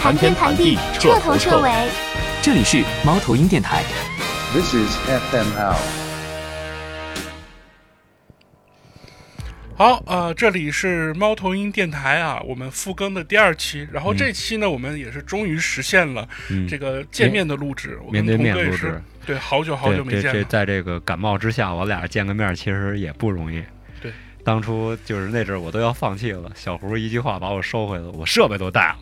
谈天谈地，彻头彻尾。这里是猫头鹰电台。 This is FML。好，呃，这里是猫头鹰电台啊，我们复更的第二期。然后这期呢，我们也是终于实现了嗯这个见面的录制。我面跟对童面队录是制，对，好久好对久没对见这了。在这个感冒之下，我俩见个面其实也不容易。对，当初就是那阵儿我都要放弃了，小胡一句话把我收回了，我设备都 带了，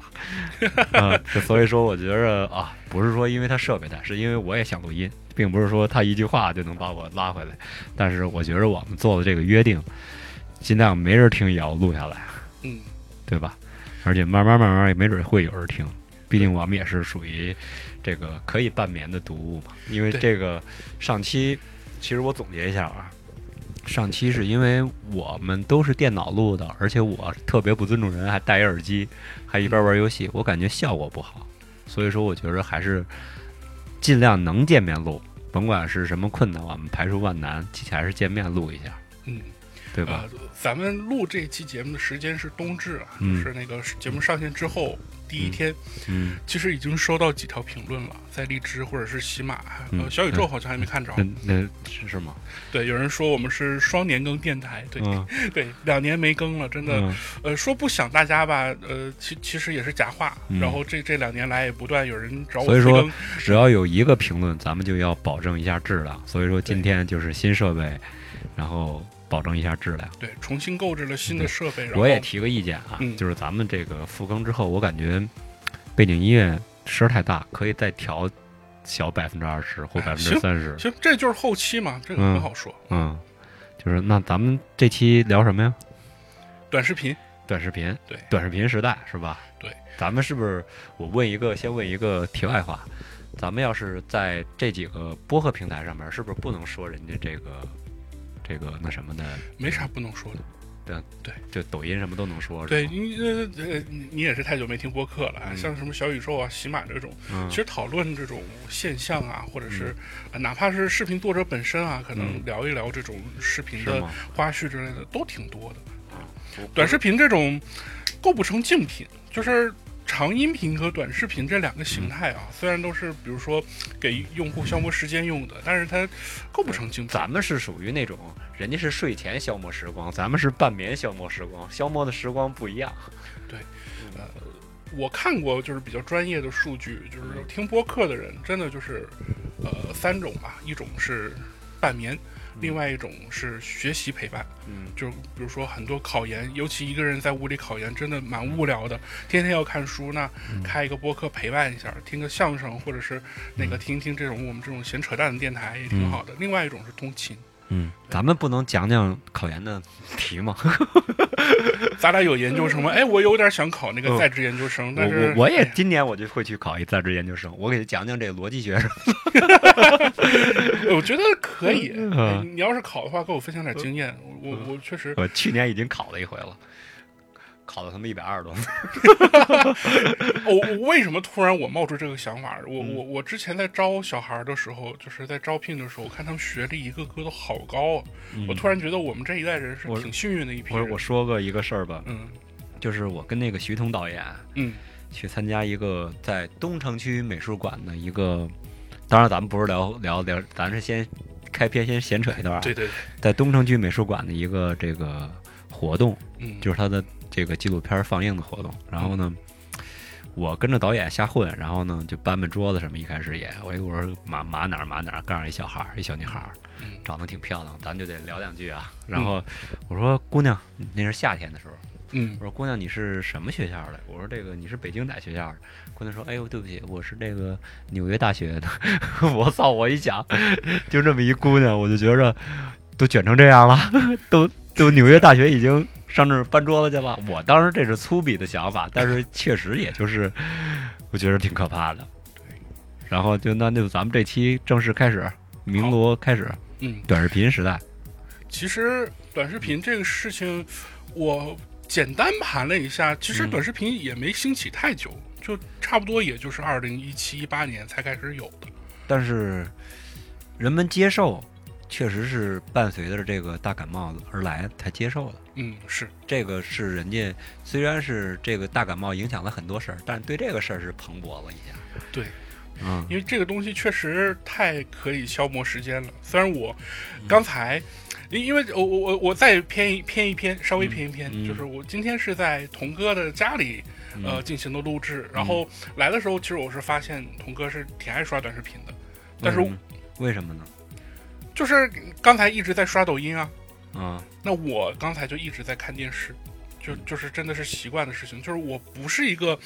嗯，就所以说我觉着啊，不是说因为他设备带，是因为我也想录音，并不是说他一句话就能把我拉回来。但是我觉着我们做的这个约定，尽量没人听也要录下来，嗯，对吧？而且慢慢慢慢也没准会有人听，毕竟我们也是属于这个可以半眠的读物嘛。因为对这个上期，其实我总结一下啊，上期是因为我们都是电脑录的，而且我特别不尊重人，还戴一耳机，还一边玩游戏，我感觉效果不好。所以说，我觉着还是尽量能见面录，甭管是什么困难，我们排除万难，还是见面录一下，嗯，对吧呃？，咱们录这期节目的时间是冬至啊，嗯就是那个节目上线之后第一天，嗯，其实已经收到几条评论了，在荔枝或者是喜马，呃，嗯小宇宙好像还没看着。那那是是吗？对，有人说我们是双年更电台，对、嗯对，两年没更了，真的。嗯呃，说不想大家吧，呃，其其实也是假话。嗯然后这这两年来也不断有人找我所以催说更，只要有一个评论，咱们就要保证一下质量。所以说今天就是新设备，然后保证一下质量。对，重新购置了新的设备，然后我也提个意见啊，嗯就是咱们这个复更之后，我感觉背景音乐声儿太大，可以再调小百分之二十或哎百分行之三十。行，这就是后期嘛，这个嗯很好说。嗯，就是那咱们这期聊什么呀？短视频，短视频，对短视频时代是吧？对，咱们是不是？我问一个，先问一个题外话，咱们要是在这几个播客平台上面，是不是不能说人家这个这个那什么的？没啥不能说嗯的。就抖音什么都能说，对，是吗，你呃呃，你你也是太久没听播客了啊，嗯像什么小宇宙啊、喜马这种，嗯其实讨论这种现象啊，或者是、呃哪怕是视频作者本身啊，可能嗯聊一聊这种视频是的吗？花絮之类的，都挺多的。啊短视频这种构不成竞品，就是长音频和短视频这两个形态啊，虽然都是比如说给用户消磨时间用的，但是它构不成竞品。咱们是属于那种，人家是睡前消磨时光，咱们是半眠消磨时光，消磨的时光不一样。我看过就是比较专业的数据，就是嗯听播客的人真的就是，呃，三种吧，一种是半眠，另外一种是学习陪伴，嗯，就比如说很多考研，尤其一个人在屋里考研，真的蛮无聊嗯的，天天要看书，那开一个播客陪伴一下，听个相声或者嗯是那个听听这种我们这种闲扯淡的电台也挺好的。另外一种是通勤，嗯，咱们不能讲讲考研的题吗？咱俩有研究 生吗？哎，我有点想考 那个嗯在职研究生，我但是我我也哎今年我就会去考一在职研究生，我给他讲讲这逻辑学什么。我觉得可以。嗯哎你要是考的话，跟我分享点经验。我我我确实， 哦我去年已经考了一回了，考了他妈一百二十多分。我我为什么突然我冒出这个想法？我嗯我我之前在招小孩的时候，就是在招聘的时候，我看他们学历一个个都好高啊，我突然觉得我们这一代人是嗯我挺幸运的一批我人。我说个一个事儿吧，嗯就是我跟那个徐彤导演嗯去参加一个在东城区美术馆的一个，当然咱们不是聊聊聊，咱是先开篇先闲扯一段啊，对对对，在东城区美术馆的一个这个活动，嗯就是他的这个纪录片放映的活动。然后呢，我跟着导演瞎混，然后呢就搬搬桌子什么。一开始也，我一会儿码码哪儿码哪儿，告诉一小孩儿，一小女孩儿嗯，长得挺漂亮，咱就得聊两句啊。然后我说姑娘，那是夏天的时候，嗯我说姑娘你是什么学校的？我说这个你是北京哪学校的？姑娘说，哎呦对不起，我是这个纽约大学的。 我操！我一想，就这么一姑娘，我就觉着都卷成这样了，都都纽约大学已经上那儿搬桌子去了。我当时这是粗鄙的想法，但是确实也就是我觉得挺可怕的。然后就那就咱们这期正式开始，鸣锣开始，嗯，短视频时代。其实短视频这个事情，我简单盘了一下，其实嗯短视频也没兴起太久，就差不多也就是二零一七一八年才开始有的。但是人们接受确实是伴随着这个大感冒而来，才接受的。嗯，是这个是人家虽然是这个大感冒影响了很多事儿，但是对这个事儿是蓬勃了一下。对，嗯，因为这个东西确实太可以消磨时间了。虽然我刚才，因因为我我我我再偏一偏一偏，稍微偏一偏，嗯嗯嗯就是我今天是在童哥的家里。呃，进行的录制，然后来的时候，其实我是发现童哥是挺爱刷短视频的，但是为什么嗯为什么呢？就是刚才一直在刷抖音啊，啊、那我刚才就一直在看电视，就就是真的是习惯的事情，就是我不是一个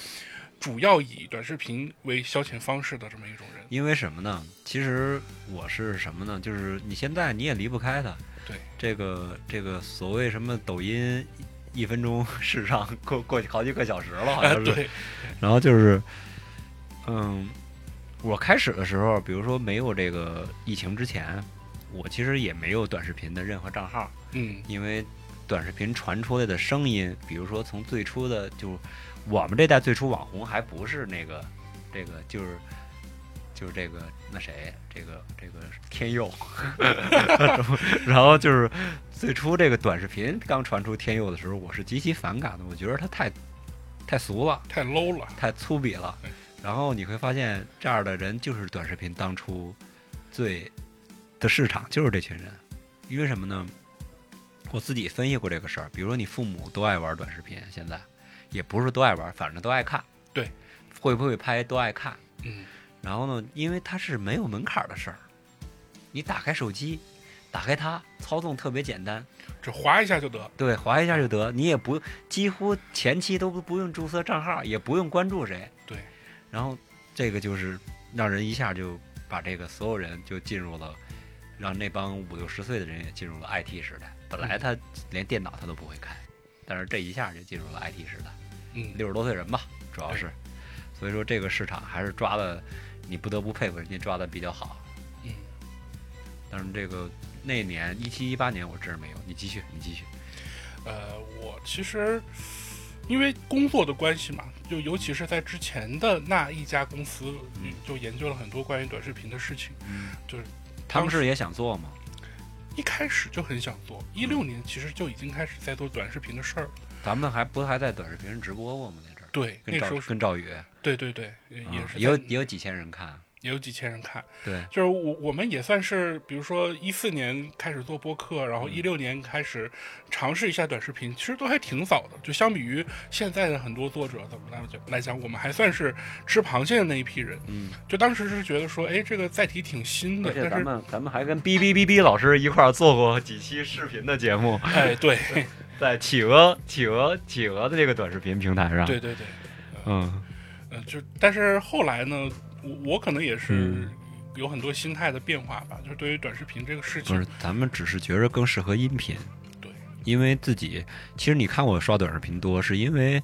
主要以短视频为消遣方式的这么一种人。因为什么呢？其实我是什么呢？就是你现在你也离不开它。对，这个这个所谓什么抖音一分钟视上过过去好几个小时了，好啊，像是。对，然后就是，嗯，我开始的时候，比如说没有这个疫情之前，我其实也没有短视频的任何账号，嗯，因为短视频传出来的声音，比如说从最初的就我们这代最初网红还不是那个这个就是。就是这个那谁，这个这个天佑， 然后就是最初这个短视频刚传出天佑的时候，我是极其反感的，我觉得他太太俗了，太 low 了。太粗鄙了对。然后你会发现，这样的人就是短视频当初最的市场就是这群人，因为什么呢？我自己分析过这个事儿，比如说你父母都爱玩短视频，现在也不是都爱玩，反正都爱看。对，会不会拍都爱看。嗯，然后呢，因为它是没有门槛儿的事儿，你打开手机，打开它，操纵特别简单，只划一下就得。对，划一下就得，你也不几乎前期都不不用注册账号，也不用关注谁。对，然后这个就是让人一下就把这个所有人就进入了，让那帮五六十岁的人也进入了 IT 时代。本嗯来他连电脑他都不会开，但是这一下就进入了 IT 时代。嗯，六十多岁人吧，主要是，所以说这个市场还是抓的，你不得不佩服人家抓的比较好。嗯，但是这个那年一七一八年我真是没有，你继续，你继续。呃，我其实因为工作的关系嘛，就尤其是在之前的那一家公司，嗯就研究了很多关于短视频的事情。嗯，就是他们是也想做吗？一开始就很想做，嗯一六年其实就已经开始在做短视频的事儿了。咱们还不是还在短视频上直播过吗？那阵儿对，那时跟赵候是，跟赵宇，对对对，也啊也是在也有也有几千人看。也有几千人看。对，就是我我们也算是，比如说一四年开始做播客，然后一六年开始尝试一下短视频，其实都还挺早的。就相比于现在的很多作者怎么来讲来讲，我们还算是吃螃蟹的那一批人。嗯，就当时是觉得说，哎，这个载体挺新的而，且但咱是们咱们还跟哔哔哔哔老师一块儿做过几期视频的节目，哎，对在企鹅企鹅企鹅的这个短视频平台上。对，对对，嗯，呃，就但是后来呢，我我可能也是嗯有很多心态的变化吧，就是对于短视频这个事不情是，，咱们只是觉着更适合音频。对，因为自己其实你看我刷短视频多，是因为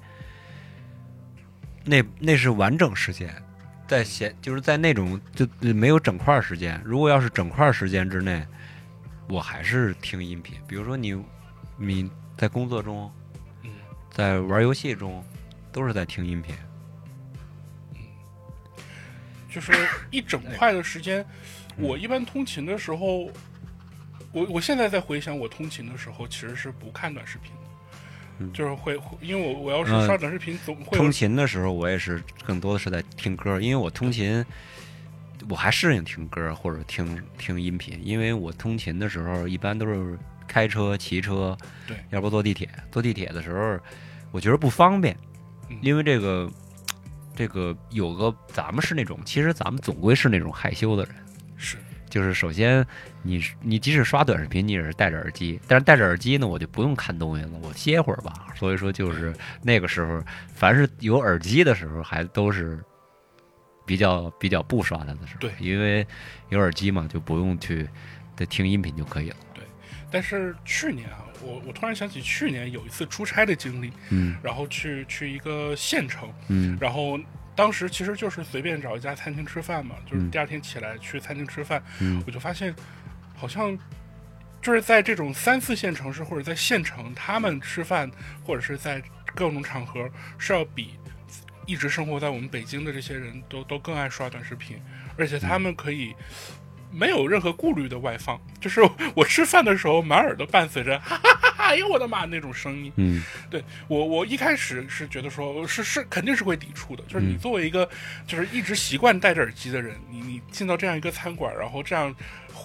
那那是完整时间，在闲就是在那种就没有整块儿时间。如果要是整块儿时间之内，我还是听音频。比如说你你在工作中，嗯，在玩游戏中，都是在听音频。就是一整哎块的时间。我一般通勤的时候，我我现在在回想我通勤的时候，其实是不看短视频的，嗯就是会会因为我我要是嗯刷短视频，总会有通勤的时候，我也是更多的是在听歌，因为我通勤，我还适应听歌或者听听音频，因为我通勤的时候一般都是开车、骑车，对要不坐地铁。坐地铁的时候，我觉得不方便嗯，因为这个这个有个咱们是那种，其实咱们总归是那种害羞的人。是就是首先你是，你即使刷短视频，你也是戴着耳机，但是戴着耳机呢，我就不用看东西了，我歇会儿吧。所以说，就是那个时候，凡是有耳机的时候，还都是比较比较不刷它的时候，对因为有耳机嘛，就不用去得听音频就可以了。但是去年啊，我我突然想起去年有一次出差的经历，嗯然后去去一个县城，嗯然后当时其实就是随便找一家餐厅吃饭嘛，就是嗯第二天起来去餐厅吃饭，嗯我就发现好像就是在这种三四线城市或者在县城，他们吃饭或者是在各种场合是要比一嗯直生活在我们北京的这些人都都更爱刷短视频，而且他们可以没有任何顾虑的外放，就是我我吃饭的时候满耳朵伴随着哈哈哈哈，哎呦我的妈那种声音。嗯对我，我一开始是觉得说，是是肯定是会抵触的。就是你嗯作为一个，就是一直习惯戴着耳机的人，你你进到这样一个餐馆，然后这样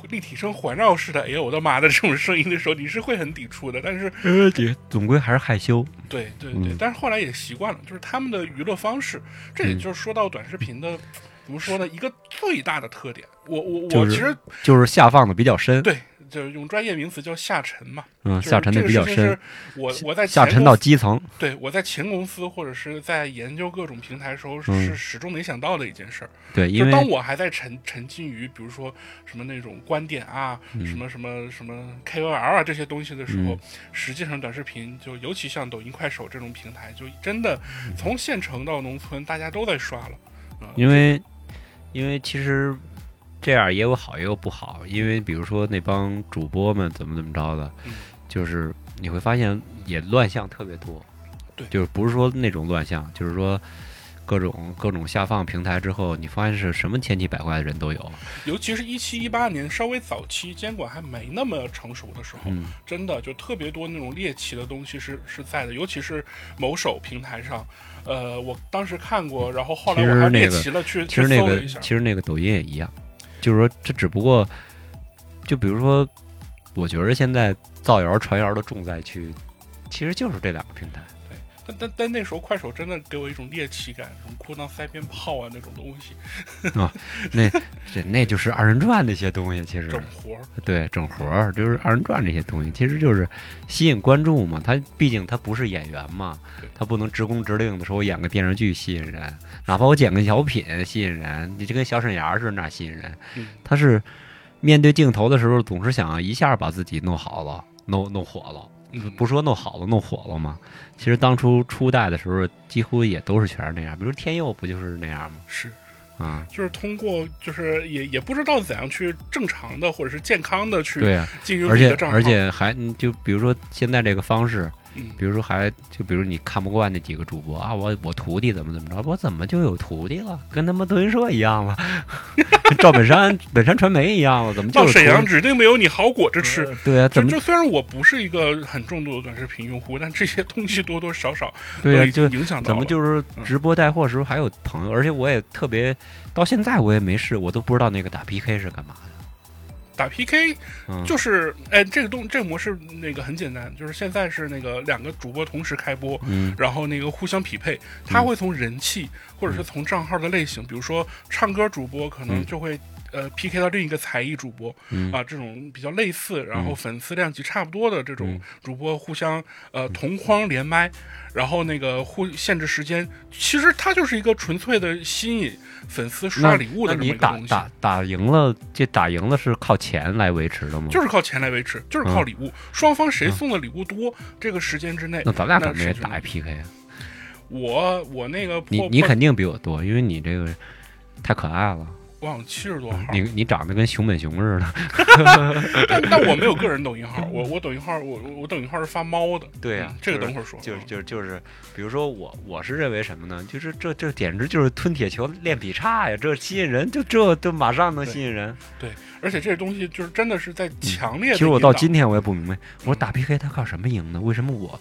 立体声环绕式的，哎呦我的妈的这种声音的时候，你是会很抵触的。但 是，呃，你总归还是害羞。对对对，嗯但是后来也习惯了，就是他们的娱乐方式，这嗯也就是说到短视频的，怎么说呢？一个最大的特点，我我我就是其实就是下放的比较深，对，就是用专业名词叫下沉嘛，嗯，就是下沉这的个比较事情深是，我我在下前沉公到司基层。对，我在前公司或者是在研究各种平台的时候，嗯是始终没想到的一件事儿。对，因就当为我还在沉沉浸于，比如说什么那种观点啊，什么什么什么 KOL 啊这些东西的时候，嗯实际上短视频就尤其像抖音、快手这种平台，就真的嗯从县城到农村，大家都在刷了。啊因为因为其实这样也有好也有不好，因为比如说那帮主播们怎么怎么着的嗯，就是你会发现也乱象特别多，对就是不是说那种乱象，就是说。各种各种下放平台之后，你发现是什么千奇百怪的人都有。尤其是一七一八年稍微早期监管还没那么成熟的时候，嗯真的就特别多那种猎奇的东西是是在的，尤其是某手平台上，呃，我当时看过，然后后来其我实还那猎个奇了去其去实那搜个了一下其，实那个抖音也一样，就是说这只不过，就比如说，我觉得现在造谣传谣的重灾区，其实就是这两个平台。但但但那时候快手真的给我一种猎奇感，什么裤裆塞边炮啊那种东西，那这那就是二人转那些东西，其整实活儿。对整活儿就是二人转这些东西，其实就是吸引观众嘛。他毕竟他不是演员嘛对，他不能直工直令的说我演个电视剧吸引人，哪怕我剪个小品吸引人，你就跟小沈阳似的哪吸引人嗯？他是面对镜头的时候总是想一下把自己弄好了，弄弄火了。嗯，不说弄好了弄火了吗？其实当初初代的时候，几乎也都是全是那样，比如天佑不就是那样吗？是，啊，就是通过，就是也也不知道怎样去正常的或者是健康的去对啊呀、经营而自己且的账号，而且还嗯就比如说现在这个方式，嗯，比如说还就比如你看不惯那几个主播啊，我我徒弟怎么怎么着，我怎么就有徒弟了？跟他妈德云社一样了，跟 赵本山本山传媒一样了，怎么就到有沈阳徒弟？指定没有你好果子吃。对啊，就怎么就虽然我不是一个很重度的短视频用户，但这些东西多多少少都对啊已就经。影响到怎么了。嗯就是直播带货时候还有朋友，而且我也特别，到现在我也没试，我都不知道那个打 PK 是干嘛的。打 PK 嗯，就是，哎，这个东这个模式那个很简单，就是现在是那个两个主播同时开播，嗯然后那个互相匹配，它会从人气、或者是从账号的类型，比如说唱歌主播可能嗯就会、呃 PK 到另一个才艺主播嗯啊，这种比较类似，然后嗯粉丝量级差不多的这种嗯主播互相呃同框连麦，然后那个互限制时间，其实它就是一个纯粹的吸引粉丝刷礼物的那这么你一个打东西。打打赢了，这打赢了是靠钱来维持的吗？就是靠钱来维持，就是嗯靠礼物。双方谁送的礼物多，这个时间之内，那咱俩那怎么也是打一 PK 啊？我我那个你破你破肯定比我多，因为你这个太可爱了，忘了七十多号，你你长得跟熊本熊似的。但但我没有个人抖音号，我我抖音号我我抖音号是发猫的。嗯这个等会儿说。啊就是就是就是，比如说我我是认为什么呢？就是这这简直就是吞铁球练劈叉呀，这吸引人，就这就马上能对吸引人。而且这东西就是真的是在强烈的。嗯其实我到今天我也不明白，我说打 PK 他靠什么赢呢？为什么我？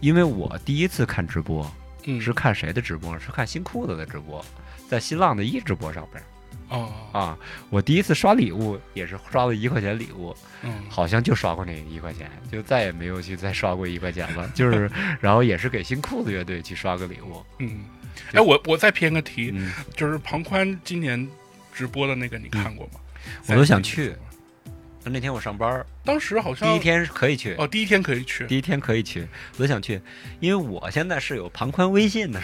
因为我第一次看直播嗯是看谁的直播？是看新裤子的直播，在新浪的一直播上边。啊啊，我第一次刷礼物也是刷了一块钱礼物，嗯好像就刷过那一块钱，就再也没有去再刷过一块钱了。 就是，然后也是给新裤子乐队去刷个礼物。嗯，哎我我再偏个题，嗯，就是庞宽今年直播的那个你看过吗？我都想去。那天我上班儿，当时好像第一天是可以去，哦，第一天可以去。第一天可以去，我都想去，因为我现在是有庞宽微信的。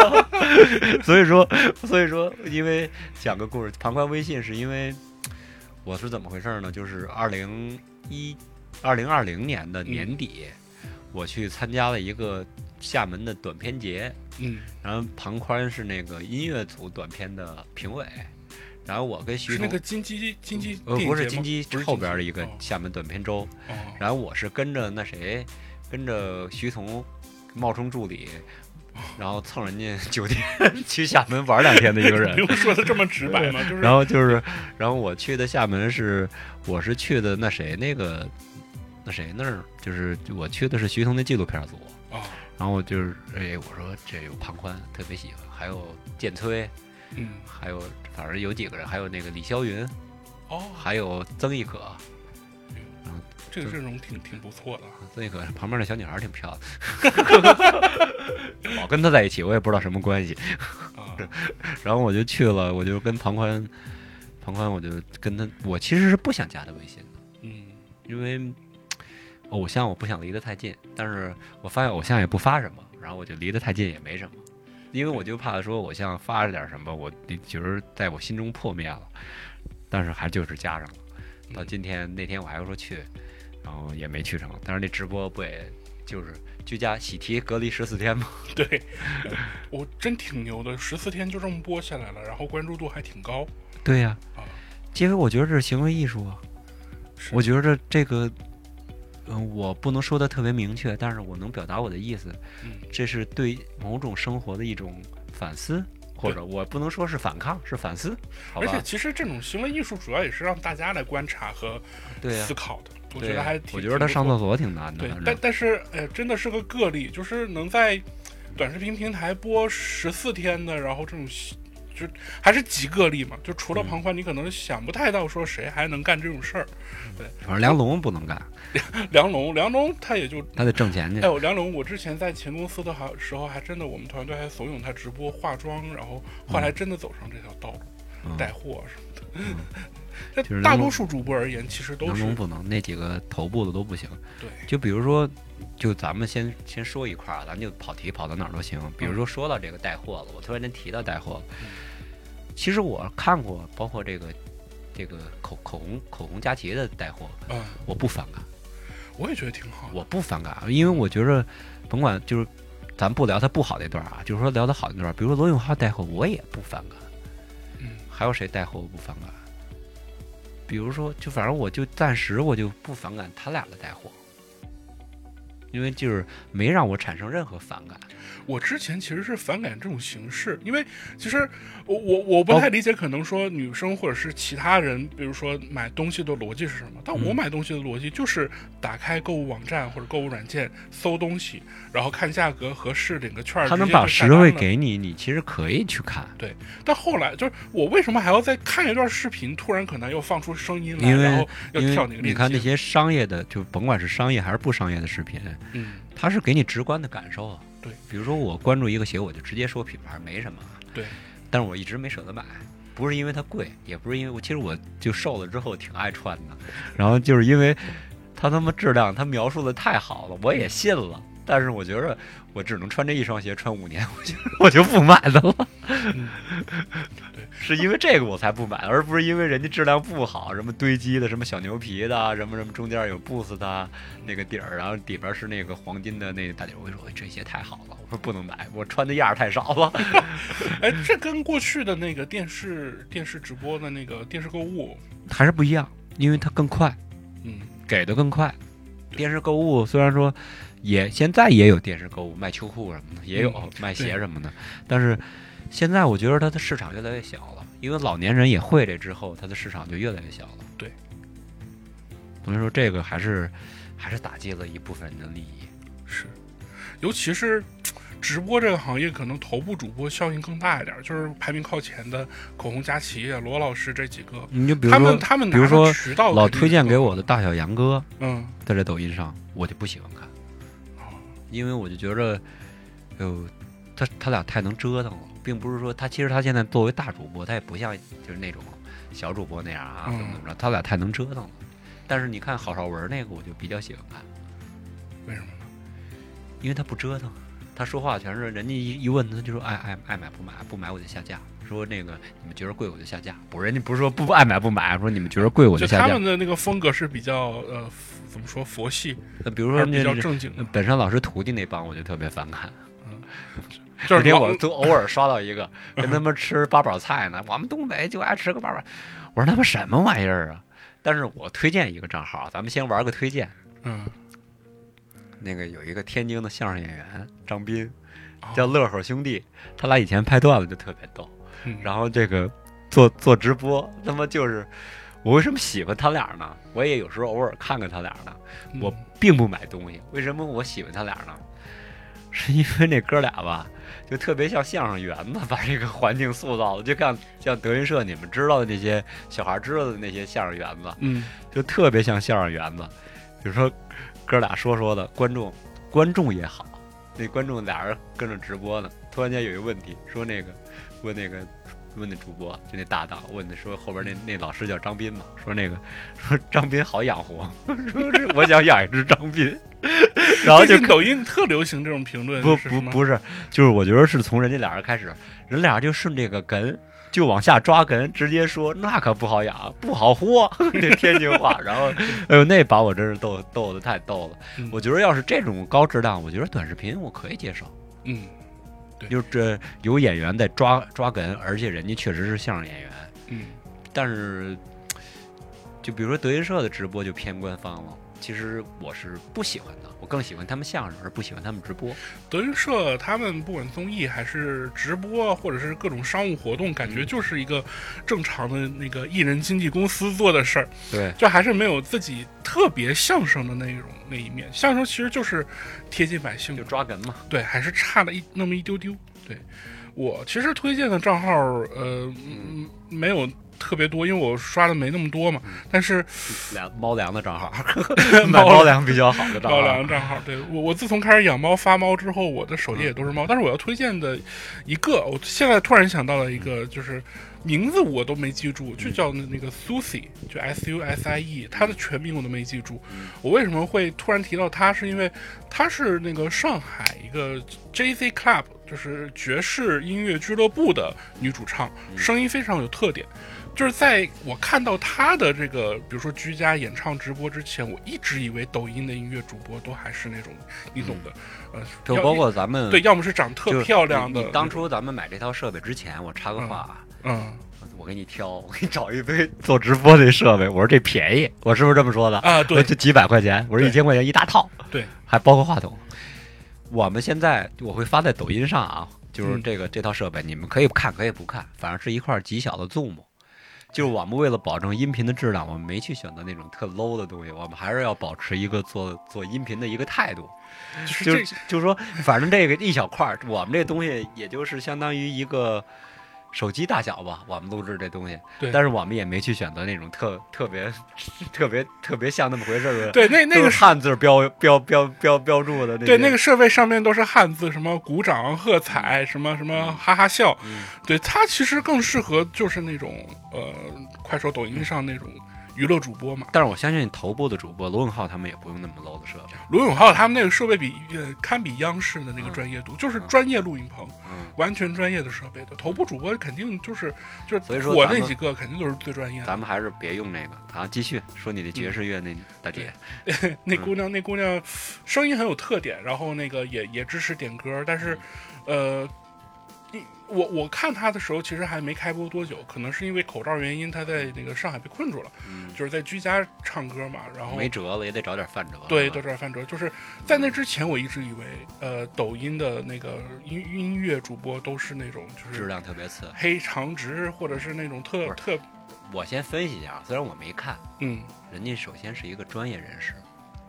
所以说，所以说，因为讲个故事，庞宽微信是因为我是怎么回事呢？就是二零一二零二零年嗯的年底，我去参加了一个厦门的短片节，嗯，然后庞宽是那个音乐组短片的评委，然后我跟徐是那彤个金鸡金鸡电呃影节吗不是金鸡不是后边的一个哦厦门短片周，哦然后我是跟着那谁，跟着徐彤，冒充助理，然后蹭人家酒店去厦门玩两天的一个 人不。用说的这么直白嘛，就是然后就是，然后我去的厦门是，我是去的那谁那个，那谁那儿，就是我去的是徐腾的纪录片组，啊，然后就是哎，我说这有庞宽，特别喜欢，还有剑崔，嗯，还有反正有几个人，还有那个李霄云，哦，还有曾轶可，这个阵容挺挺不错的啊，曾轶可旁边那小女孩儿挺漂亮， 老跟她在一起，我也不知道什么关系。啊， 然后我就去了，我就跟庞宽，庞宽我就跟他，我其实是不想加他微信的，嗯，因为嗯偶像我不想离得太近，但是我发现偶像也不发什么，然后我就离得太近也没什么，因为我就怕说偶像发了点什么，我觉得在我心中破灭了，但是还就是加上了，到今天那天我还说去，然后也没去成，但是那直播不也就是居家喜提隔离十四天吗？ 对， 我真挺牛的，十四天就这么播下来了，然后关注度还挺高，对呀、啊其实我觉得这是行为艺术啊。是我觉着这个，嗯、我不能说的特别明确，但是我能表达我的意思，嗯这是对某种生活的一种反思，或者我不能说是反抗，是反思，好而且吧？其实这种行为艺术主要也是让大家来观察和对呀、思考的，我对觉呀得还挺，我觉得挺他不上错厕所挺难的，对反，但正但是哎，真的是个个例，就是能在短视频平台播十四天的，然后这种西就还是极个例嘛。就除了嗯庞宽，你可能想不太到说谁还能干这种事儿。反正梁龙不能干，梁龙，梁龙他也就。他得挣钱去哎。呦，梁龙，我之前在前公司的还时候，还真的我们团队还怂恿他直播化妆，然后后来真的走上这条道路，嗯带货什么 的。其实这梁大龙多数主播而言，其实都梁是龙不能，那几个头部的都不行。对就比如说，就咱们先先说一块儿啊，咱就跑题跑到哪儿都行。嗯比如说说到这个带货了，我突然间提到带货了。其实我看过，包括这个这个口口红口红佳琦的带货，嗯，我不反感，我也觉得挺好的。我不反感，啊因为我觉着，甭管就是咱不聊他不好那段儿啊，就是说聊他好那段儿，比如说罗永浩带货，我也不反感。嗯，还有谁带货我不反感？比如说，就反正我就暂时我就不反感他俩的带货，因为就是没让我产生任何反感。我之前其实是反感这种形式，因为其实我我我哦不太理解，可能说女生或者是其他人，比如说买东西的逻辑是什么？但嗯我买东西的逻辑就是打开购物网站或者购物软件搜东西，然后看价格合适，领个券儿，他直能接把就下实惠单了。给你，你其实可以去看，但后来就是我为什么还要再看一段视频，突然可能又放出声音来，因为然后又因跳为那个链接？你看那些商业的，就甭管是商业还是不商业的视频，嗯，它是给你直观的感受啊。对，比如说我关注一个鞋，我就直接说品牌没什么，啊对，但是我一直没舍得买，不是因为它贵，也不是因为我，其实我就瘦了之后挺爱穿的，然后就是因为它他妈质量，它描述的太好了，我也信了。但是我觉着我只能穿这一双鞋穿五年， 我就我就不买它了。嗯 是因为这个我才不买，而不是因为人家质量不好，什么堆积的，什么小牛皮的，什么什么中间有 Boost 的，那个底儿，然后底边儿是那个黄金的那个大底儿。我就说哎这鞋太好了，我说不能买，我穿的样儿太少了。哎，这跟过去的那个电视电视直播的那个电视购物， 还是不一样，因为它更快，嗯，给的更快。电视购物虽然说也现在也有电视购物卖秋裤什么的，也有嗯卖对鞋什么的，但是现在我觉得它的市场越来越小了，因为老年人也会这之后，它的市场就越来越小了。对，所以说这个还是还是打击了一部分人的利益。是，尤其是直播这个行业，可能头部主播效应更大一点儿，就是排名靠前的口红佳琪啊、罗老师这几个，你就比如他们说他们比如拿的说渠道老肯定推荐更给我的大小杨哥，嗯，在这抖音上，我就不喜欢看，哦因为我就觉着，呃，他他俩太能折腾了，并不是说他其实他现在作为大主播，他也不像就是那种小主播那样啊，嗯怎么怎么着，他俩太能折腾了。但是你看郝邵文那个，我就比较喜欢看，为什么呢？因为他不折腾，他说话全是人家一一问他就说爱爱爱买不买，不买我就下架。说那个你们觉得贵我就下架，不是人家不是说不爱买不买，说你们觉得贵我就下他架们。的那个风格是比较呃，怎么说佛系，那呃比如说而那比较那正经的，本山老师徒弟那帮，我就特别反感。就那是天我老都偶尔刷到一个跟他们吃八宝菜呢，我们东北就爱吃个八宝。我说他妈什么玩意儿啊？但是我推荐一个账号，咱们先玩个推荐。嗯那个有一个天津的相声演员张斌，叫乐呵兄弟，他俩以前拍段子就特别逗，嗯然后这个做做直播，他妈就是我为什么喜欢他俩呢？我也有时候偶尔看看他俩呢，嗯我并不买东西，为什么我喜欢他俩呢？是因为那哥俩吧，就特别像相声园子，把这个环境塑造的，就像像德云社你们知道的那些小孩知道的那些相声园子，嗯就特别像相声园子。比如说哥俩说说的，观众观众也好，那观众俩人跟着直播呢，突然间有一个问题，说那个问那个问那主播就那搭档问的说后边那那老师叫张斌嘛，说那个说张斌好养活吗， 说是我想养一只张斌， 然后最就近抖音特流行这种评论，不是不吗，不是，就是我觉得是从人家俩人开始，人俩就顺这个根就往下抓根，直接说那可不好养，不好豁， 这天津话。然后，哎呦，那把我真是逗逗的太逗了。嗯我觉得要是这种高质量，我觉得短视频我可以接受，嗯，就是这有演员在抓抓梗，而且人家确实是相声演员，嗯，但是就比如说德云社的直播就偏官方了。其实我是不喜欢的，我更喜欢他们相声，而不喜欢他们直播。德云社他们不管综艺还是直播，或者是各种商务活动，感嗯觉就是一个正常的那个艺人经纪公司做的事儿，对，就还是没有自己特别相声的那种那一面。相声其实就是贴近百姓就的，抓梗嘛。对，还是差了一那么一丢丢。对我其实推荐的账号，呃，嗯没有特别多，因为我刷的没那么多嘛。但是粮猫粮的 账号，嗯 买猫粮比较好的账猫粮号。账号，对我我自从开始养猫发猫之后，我的首页也都是猫。但是我要推荐的一个，我现在突然想到了一个，就是名字我都没记住，就叫那那个 Susie，就 S U S I E，它的全名我都没记住。我为什么会突然提到它，是因为它是那个上海一个 J Z Club，就是爵士音乐俱乐部的女主唱，声音非常有特点。就是在我看到他的这个，比如说居家演唱直播之前，我一直以为抖音的音乐主播都还是那种你懂的，呃，就要包括咱们对，要么是长得嗯就特漂亮你的，你当初咱们买这套设备之前，我插个话啊，嗯我给你挑，我给你找一堆做直播的设备，我说这便宜，我是不是这么说的？啊， 对就几百块钱，我说对一千块钱一大套，对，还包括话筒。我们现在我会发在抖音上啊，就是嗯这个、这套设备，你们可以看可以不看，反正是一块极小的 Zoom。就是我们为了保证音频的质量，我们没去选择那种特 low 的东西，我们还是要保持一个做做音频的一个态度。 就是就这就是说，反正这个一小块儿，我们这东西也就是相当于一个手机大小吧，我们录制这东西。对但是我们也没去选择那种特特别、特别、特别像那么回事儿的。对那那都个是汉字标标标标标注的那对些那个设备上面都是汉字，什么鼓掌、喝彩，什么什么哈哈笑，嗯对它其实更适合就是那种呃快手、抖音上那种娱乐主播嘛。但是我相信头部的主播罗永浩他们也不用那么 low 的设备，罗永浩他们那个设备比呃堪比央视的那个专业度，就是专业录影棚，嗯完全专业的设备的。头部主播肯定就是就是，所以说我咱们那几个肯定都是最专业的咱。们还是别用那个。好，继续说你的嗯爵士乐那大姐，嗯那姑娘，那姑娘声音很有特点，然后那个也也支持点歌，但是，嗯呃，一我我看她的时候其实还没开播多久，可能是因为口罩原因，她在那个上海被困住了，嗯就是在居家唱歌嘛，然后没辙了也得找点饭辙。对，是吧都是范哲。就是在那之前，我一直以为，呃，抖音的那个音音乐主播都是那种就质是量特别次。黑长直，或者是那种特不是特，我先分析一下啊，虽然我没看，嗯，人家首先是一个专业人士，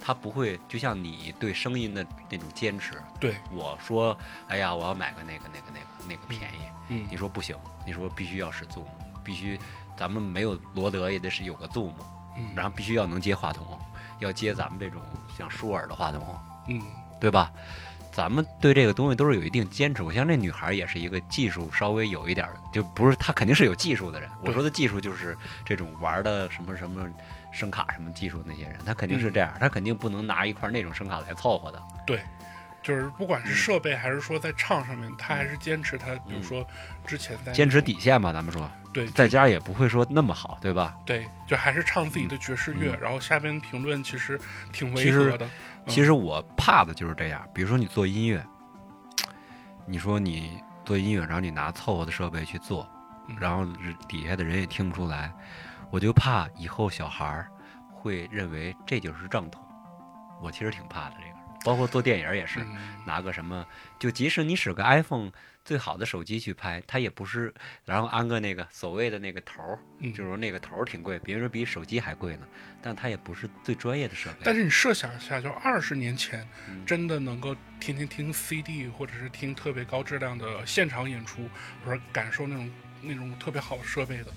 他不会就像你对声音的那种坚持。对，我说，哎呀，我要买个那个那个那个那个便宜，嗯你说不行，你说必须要使 Zoom，必须咱们没有罗德也得是有个 Zoom，嗯然后必须要能接话筒，要接咱们这种像舒尔的话筒，嗯，对吧？咱们对这个东西都是有一定坚持。我相信这女孩也是一个技术稍微有一点儿的，就不是她肯定是有技术的人。我对说的技术就是这种玩的什么什么声卡什么技术那些人，她肯嗯定是这样，她肯定不能拿一块那种声卡来凑合的。就是不管嗯是设备还是说在唱上面，他还是坚持他，比如说之前在坚持底线吧，咱们说，哎对在家也不会说那么好，对吧？对，就还是唱自己的爵士乐，然后下边评论其实挺嗯其违实和的，嗯其实我怕的就是这样，比如说你做音乐，你说你做音乐，然后你拿凑合的设备去做，嗯然后是底下的人也听不出来，我就怕以后小孩儿会认为这就是正统。我其实挺怕的这个，包括做电影儿也是，嗯拿个什么，就即使你使个 iPhone 最好的手机去拍，它也不是，然后安个那个所谓的那个头儿，嗯就是说那个头儿挺贵，别人说比手机还贵呢，但它也不是最专业的设备。但是你设想一下，就二十年前，嗯真的能够天天听 CD 或者是听特别高质量的现场演出，或者感受那种那种特别好的设备的，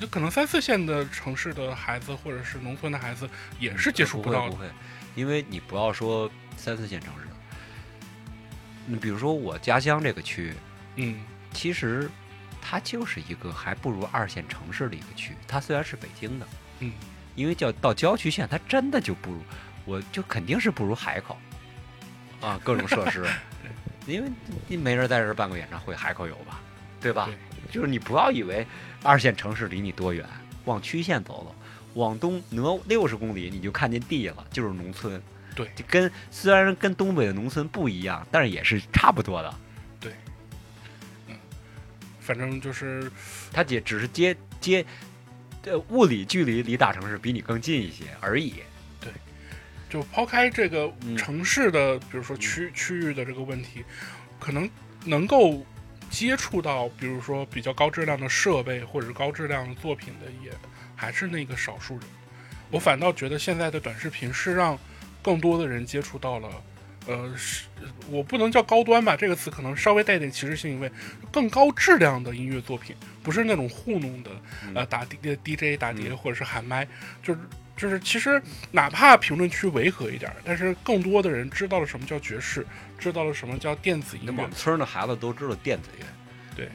就可能三四线的城市的孩子或者是农村的孩子也是接触嗯呃不到会的不。会，因为你不要说三四线城市，你比如说我家乡这个区，嗯其实它就是一个还不如二线城市的一个区，它虽然是北京的，嗯，因为叫到郊区县，它真的就不如，我就肯定是不如海口啊，各种设施， 因为你没人在这儿办个演唱会，海口有吧，对吧？就是你不要以为二线城市离你多远，往区县走走，往东挪六十公里你就看见地了，就是农村。对就跟虽然跟东北的农村不一样，但是也是差不多的。反正就是它也只是接接，呃，物理距离离大城市比你更近一些而已。就抛开这个嗯城市的，比如说区区域的这个问题，可能能够接触到，比如说比较高质量的设备或者是高质量的作品的，也还是那个少数人。我反倒觉得现在的短视频是让更多的人接触到了，呃，是我不能叫高端吧，这个词可能稍微带点歧视性，因为更高质量的音乐作品，不是那种糊弄的，呃，打 D D J 打碟或者是喊麦，就是就是其实哪怕评论区违和一点儿，但是更多的人知道了什么叫爵士，知道了什么叫电子那音乐往，村儿的孩子都知道电子乐，对，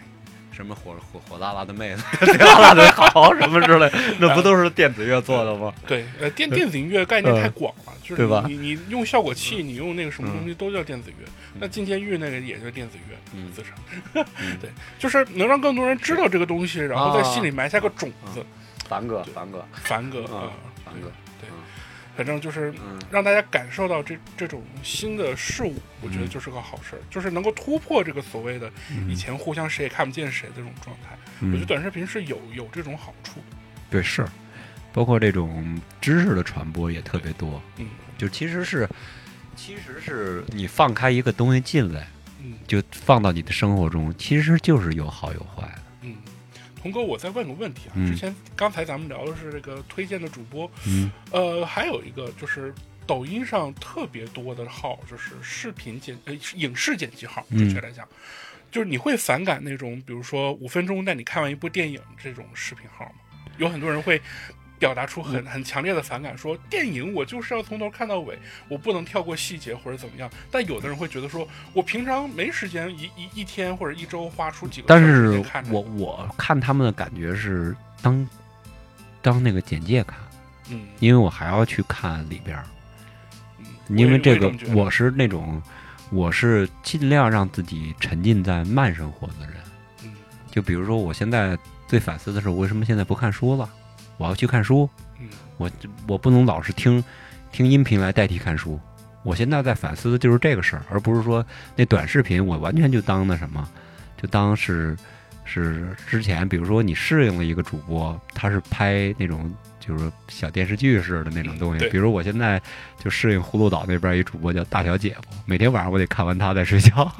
什么火火火辣辣的妹子， 辣辣的好什么之类，那不都是电子乐做的吗？对，呃，电电子音乐概念太广了，就是呃对吧嗯你你你用效果器，你用那个什么东西都叫电子乐。那进监狱那个也就是电子乐，嗯自称，嗯对，就是能让更多人知道这个东西，然后在啊心里埋下个种子。嗯凡哥，凡哥，凡哥啊啊，凡哥，反正就是嗯让大家感受到这这种新的事物，我嗯觉得就是个好事儿，就是能够突破这个所谓的嗯以前互相谁也看不见谁的这种状态。我觉得短视频是有有这种好处的。嗯对是，包括这种知识的传播也特别多，嗯就其实是，其实是你放开一个东西进来，嗯就放到你的生活中，其实就是有好有坏的。嗯，童哥，我再问个问题啊，嗯之前刚才咱们聊的是这个推荐的主播，嗯呃，还有一个就是抖音上特别多的号，就是视频剪呃影视剪辑号，嗯准确来讲，就是你会反感那种比如说五分钟带你看完一部电影这种视频号吗？有很多人会。表达出嗯很很强烈的反感，说电影我就是要从头看到尾，我不能跳过细节或者怎么样。但有的人会觉得说，我平常没时间一一一天或者一周花出几个但小时时是间嗯看这个。我我看他们的感觉是当当那个简介看，嗯，因为我还要去看里边儿，嗯因为这个我也是么觉得我是那种我是尽量让自己沉浸在慢生活的人。嗯就比如说我现在最反思的是，我为什么现在不看书了？我要去看书，嗯我我不能老是听听音频来代替看书。我现在在反思的就是这个事儿，而不是说那短视频我完全就当那什么，就当是是之前比如说你适应了一个主播，他是拍那种就是小电视剧似的那种东嗯西。对比如我现在就适应葫芦岛那边一主播叫大小姐夫，每天晚上我得看完他再 睡觉。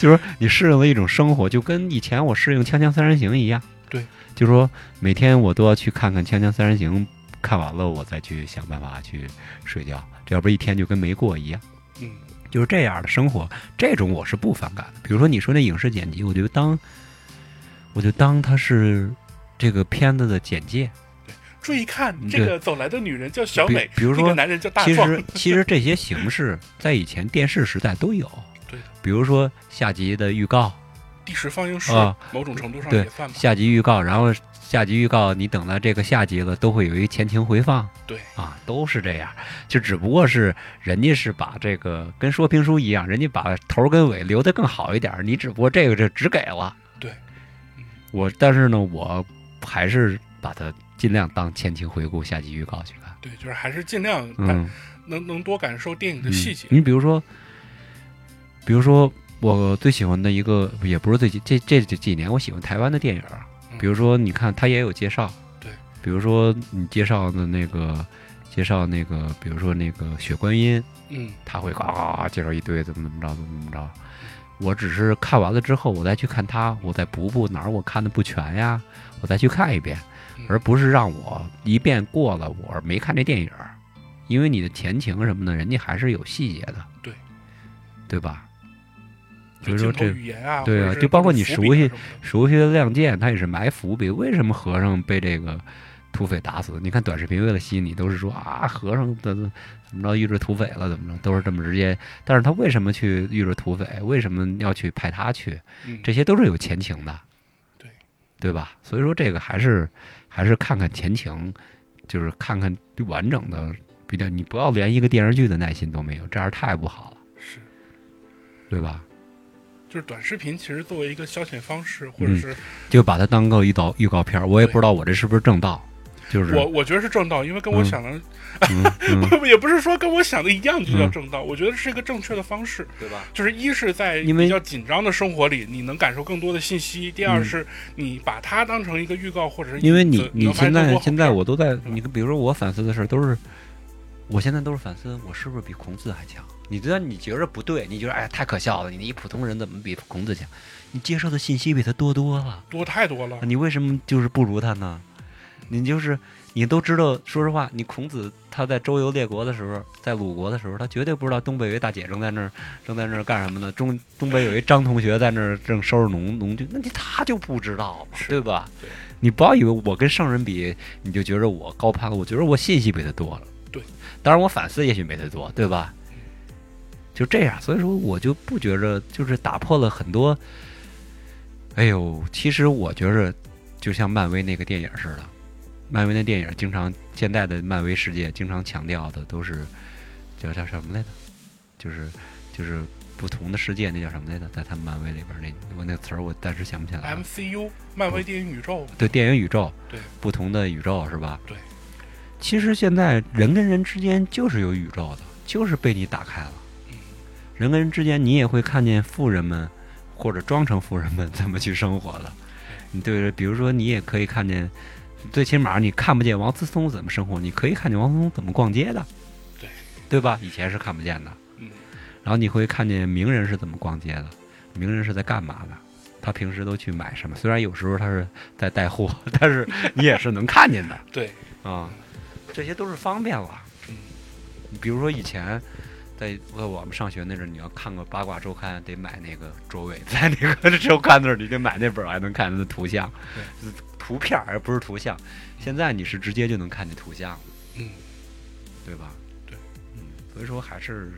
就是说你适应了一种生活，就跟以前我适应《锵锵三人行》一样。对，就说每天我都要去看看《锵锵三人行》，看完了我再去想办法去睡觉，这要不一天就跟没过一样。嗯就是这样的生活，这种我是不反感的。比如说你说那影视剪辑，我就当，我就当它是这个片子的简介。注意看，嗯这个走来的女人叫小比美，比如那个说男人叫大其壮，实其实这些形式在以前电视时代都有， 对的比如说下集的预告，第十放映室啊某种程度上对也算吧。下集预告，然后下集预告，你等到这个下集了，都会有一前情回放。对啊，都是这样，就只不过是人家是把这个跟说评书一样，人家把头儿跟尾留得更好一点儿，你只不过这个就只给了。对嗯，我但是呢，我还是把它尽量当前情回顾、下集预告去看。对，就是还是尽量感嗯，能能多感受电影的嗯细节。你比如说，比如说我最喜欢的一个，也不是最近这这这几年我喜欢台湾的电影儿，嗯比如说你看它也有介绍，对，比如说你介绍的那个介绍那个，比如说那个雪观音，嗯他会呱呱呱介绍一堆怎么怎么着，怎么怎么着。我只是看完了之后，我再去看他，我再补补哪儿我看的不全呀，我再去看一遍嗯，而不是让我一遍过了，我没看这电影儿，因为你的前情什么的，人家还是有细节的，对，对吧？所就以镜说头这语言啊，对或啊者是就包括你伏笔熟悉啊什么的熟悉的《亮剑》，它也是埋伏笔。为什么和尚被这个土匪打死？你看短视频为了吸引你，都是说啊，和尚怎么怎么着遇着土匪了，怎么着，都是这么直接。但是他为什么去遇着土匪？为什么要去派他去？嗯这些都是有前情的，对对吧？所以说这个还是还是看看前情，就是看看完整的比较。你不要连一个电视剧的耐心都没有，这样太不好了，是对吧？就是短视频，其实作为一个消遣方式，或者嗯是就把它当个预告预告片儿，我也对不知道我这是不是正道。就是我我觉得是正道，因为跟我嗯想的嗯 嗯，也不是说跟我想的一样就叫嗯正道，我觉得是一个正确的方式。对吧？就是一是在因为比较紧张的生活里，你能感受更多的信息；第二嗯是你把它当成一个预告，或者是因为你能你能发现现更在多好现在片儿我都在你比如说我反思的事儿都是，我现在都是反思我是不是比孔子还强？你知道你觉着不对，你觉得哎太可笑了，你一普通人怎么比孔子强？你接受的信息比他多多了，多太多了。你为什么就是不如他呢？你就是你都知道，说实话，你孔子他在周游列国的时候，在鲁国的时候，他绝对不知道东北有一大姐正在那儿正在那儿干什么呢？中东北有一张同学在那儿正收拾农农具，那你他就不知道嘛，对吧？对你不要以为我跟圣人比，你就觉着我高攀了，我觉得我信息比他多了。对，当然我反思也许没他多，对吧？就这样，所以说我就不觉着就是打破了很多。哎呦，其实我觉着就像漫威那个电影似的，漫威那电影经常现在的漫威世界经常强调的都是叫叫什么来着？就是就是不同的世界，那叫什么来着？在他们漫威里边儿那我那词儿我暂时想不起来了。 MCU 漫威电影宇宙，对电影宇宙，对不同的宇宙是吧？对。其实现在人跟人之间就是有宇宙的，就是被你打开了。嗯人跟人之间，你也会看见富人们或者装成富人们怎么去生活的。你对，比如说你也可以看见，最起码你看不见王思聪怎么生活，你可以看见王思聪怎么逛街的，对对吧？以前是看不见的。嗯，然后你会看见名人是怎么逛街的，名人是在干嘛的，他平时都去买什么。虽然有时候他是在带货， 但是你也是能看见的对，啊。这些都是方便了嗯。你比如说以前在在我们上学那阵儿，你要看个八卦周刊，得买那个周伟，在那个周刊那儿，你得买那本儿，还能看它的图像，图片儿而不是图像。现在你是直接就能看见图像了，嗯，对吧？对，嗯，所以说还是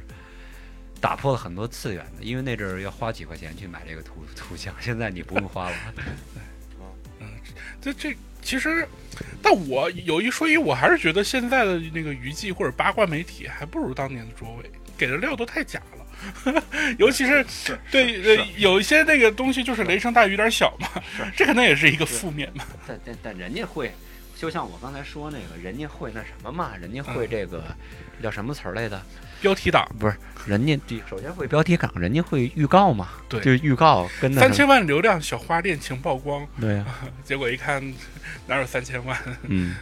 打破了很多次元的，因为那阵儿要花几块钱去买这个图图像，现在你不用花了。这这其实，但我有一说一，我还是觉得现在的那个娱记或者八卦媒体还不如当年的卓伟，给的料都太假了。 尤其是对呃有一些那个东西，就是雷声大雨点小嘛，这可能也是一个负面嘛。但但但人家会，就像我刚才说那个，人家会那什么嘛，人家嗯会这个叫什么词儿来的？标题党不是，人家第首先会标题党，人家会预告嘛，对就预告跟那三什么千万流量小花恋情曝光，对呀、 结果一看哪有三千万？ 嗯，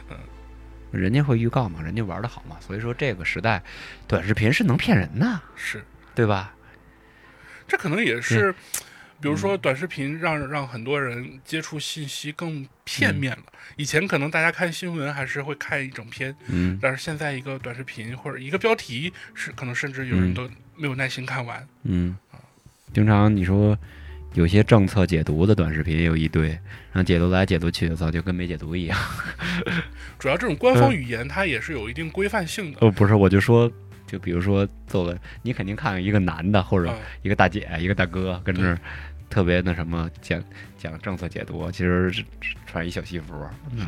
人家会预告嘛，人家玩的好嘛，所以说这个时代，短视频是能骗人的，是，对吧？这可能也是，比如说短视频让让很多人接触信息更片面了。以前可能大家看新闻还是会看一整篇，嗯但是现在一个短视频或者一个标题是，可能甚至有人都没有耐心看完。嗯，经常你说有些政策解读的短视频也有一堆，然后解读来解读去，操，就跟没解读一样。主要这种官方语言它也是有一定规范性的。哦，不是，我就说，就比如说做了，你肯定看一个男的或者嗯一个大姐、一个大哥跟这儿特别那什么讲讲政策解读，其实是穿一小西服，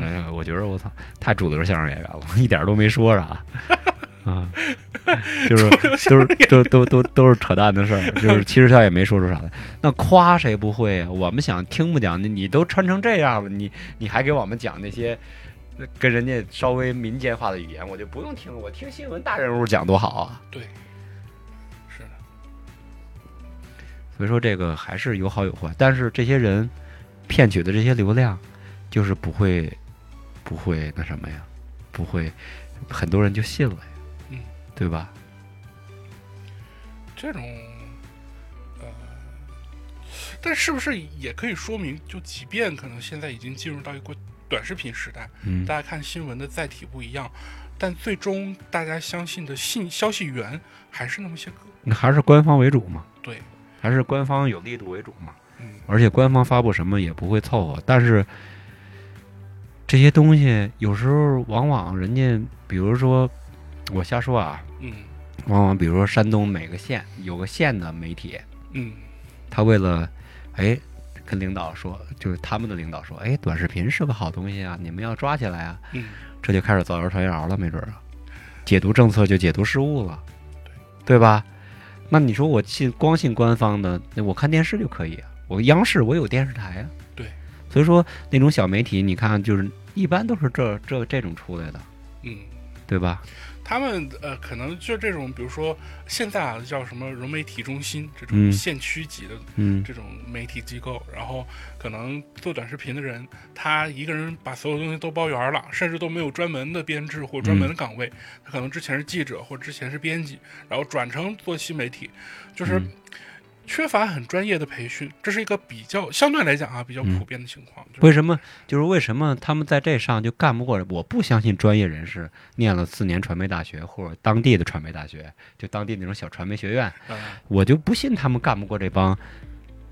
哎呀，我觉得我操，太主流相声演员了， 一点儿都没说啥。啊，就是都是都都都都是扯淡的事儿，就是其实他也没说出啥来。那夸谁不会啊？我们想听不讲，你你都穿成这样了，你你还给我们讲那些跟人家稍微民间化的语言，我就不用听了，我听新闻大人物讲多好啊。对，是的，所以说这个还是有好有坏，但是这些人骗取的这些流量，就是不会不会那什么呀，不会很多人就信了呀，嗯，对吧？这种，呃，但是不是也可以说明，就即便可能现在已经进入到一个短视频时代，嗯，大家看新闻的载体不一样，但最终大家相信的信消息源还是那么些个。那还是官方为主嘛，对，还是官方有力度为主嘛，嗯而且官方发布什么也不会凑合，但是这些东西有时候往往人家，比如说我瞎说啊，嗯往往比如说山东每个县有个县的媒体，嗯他为了哎跟领导说，就是他们的领导说，哎，短视频是个好东西啊，你们要抓起来啊，嗯，这就开始造谣传谣了，没准儿啊，解读政策就解读失误了，对吧？那你说我信光信官方的，那我看电视就可以啊，我央视我有电视台啊，对，所以说那种小媒体，你看就是一般都是这这这种出来的，嗯，对吧？他们呃，可能就这种，比如说现在啊，叫什么融媒体中心这嗯种县区级的嗯这种媒体机构，然后可能做短视频的人，他一个人把所有东西都包圆了，甚至都没有专门的编制或专门的岗位，他可能之前是记者或之前是编辑，然后转成做新媒体，就是嗯缺乏很专业的培训，这是一个比较相对来讲啊比较嗯普遍的情况。就是为什么？就是为什么他们在这上就干不过人？我不相信专业人士念了四年传媒大学或者当地的传媒大学，就当地那种小传媒学院，呃我就不信他们干不过这帮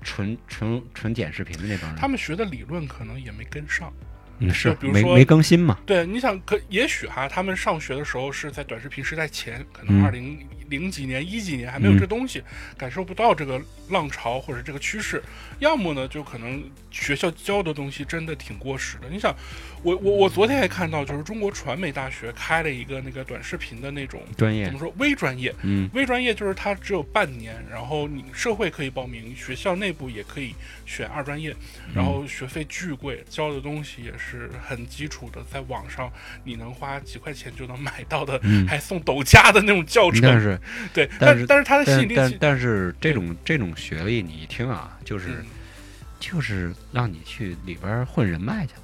纯纯纯剪视频的那帮人。他们学的理论可能也没跟上。嗯是比如没说没更新嘛？对，你想可也许哈、他们上学的时候是在短视频时代前，可嗯能二零零几年、一几年还没有嗯这东西，感受不到这个浪潮或者这个趋势。要么呢，就可能学校教的东西真的挺过时的。你想，我我我昨天还看到，就是中国传媒大学开了一个那个短视频的那种专怎业么，说微专业，嗯微专业就是它只有半年，然后你社会可以报名，学校内部也可以选二专业，然后学费巨贵，教的东西也是很基础的，在网上你能花几块钱就能买到的，嗯。还送抖加的那种教但程。是，对，但但是但是它的吸但引力但其，但是这种这种学历，你一听啊，就是嗯就是让你去里边儿混人脉去了。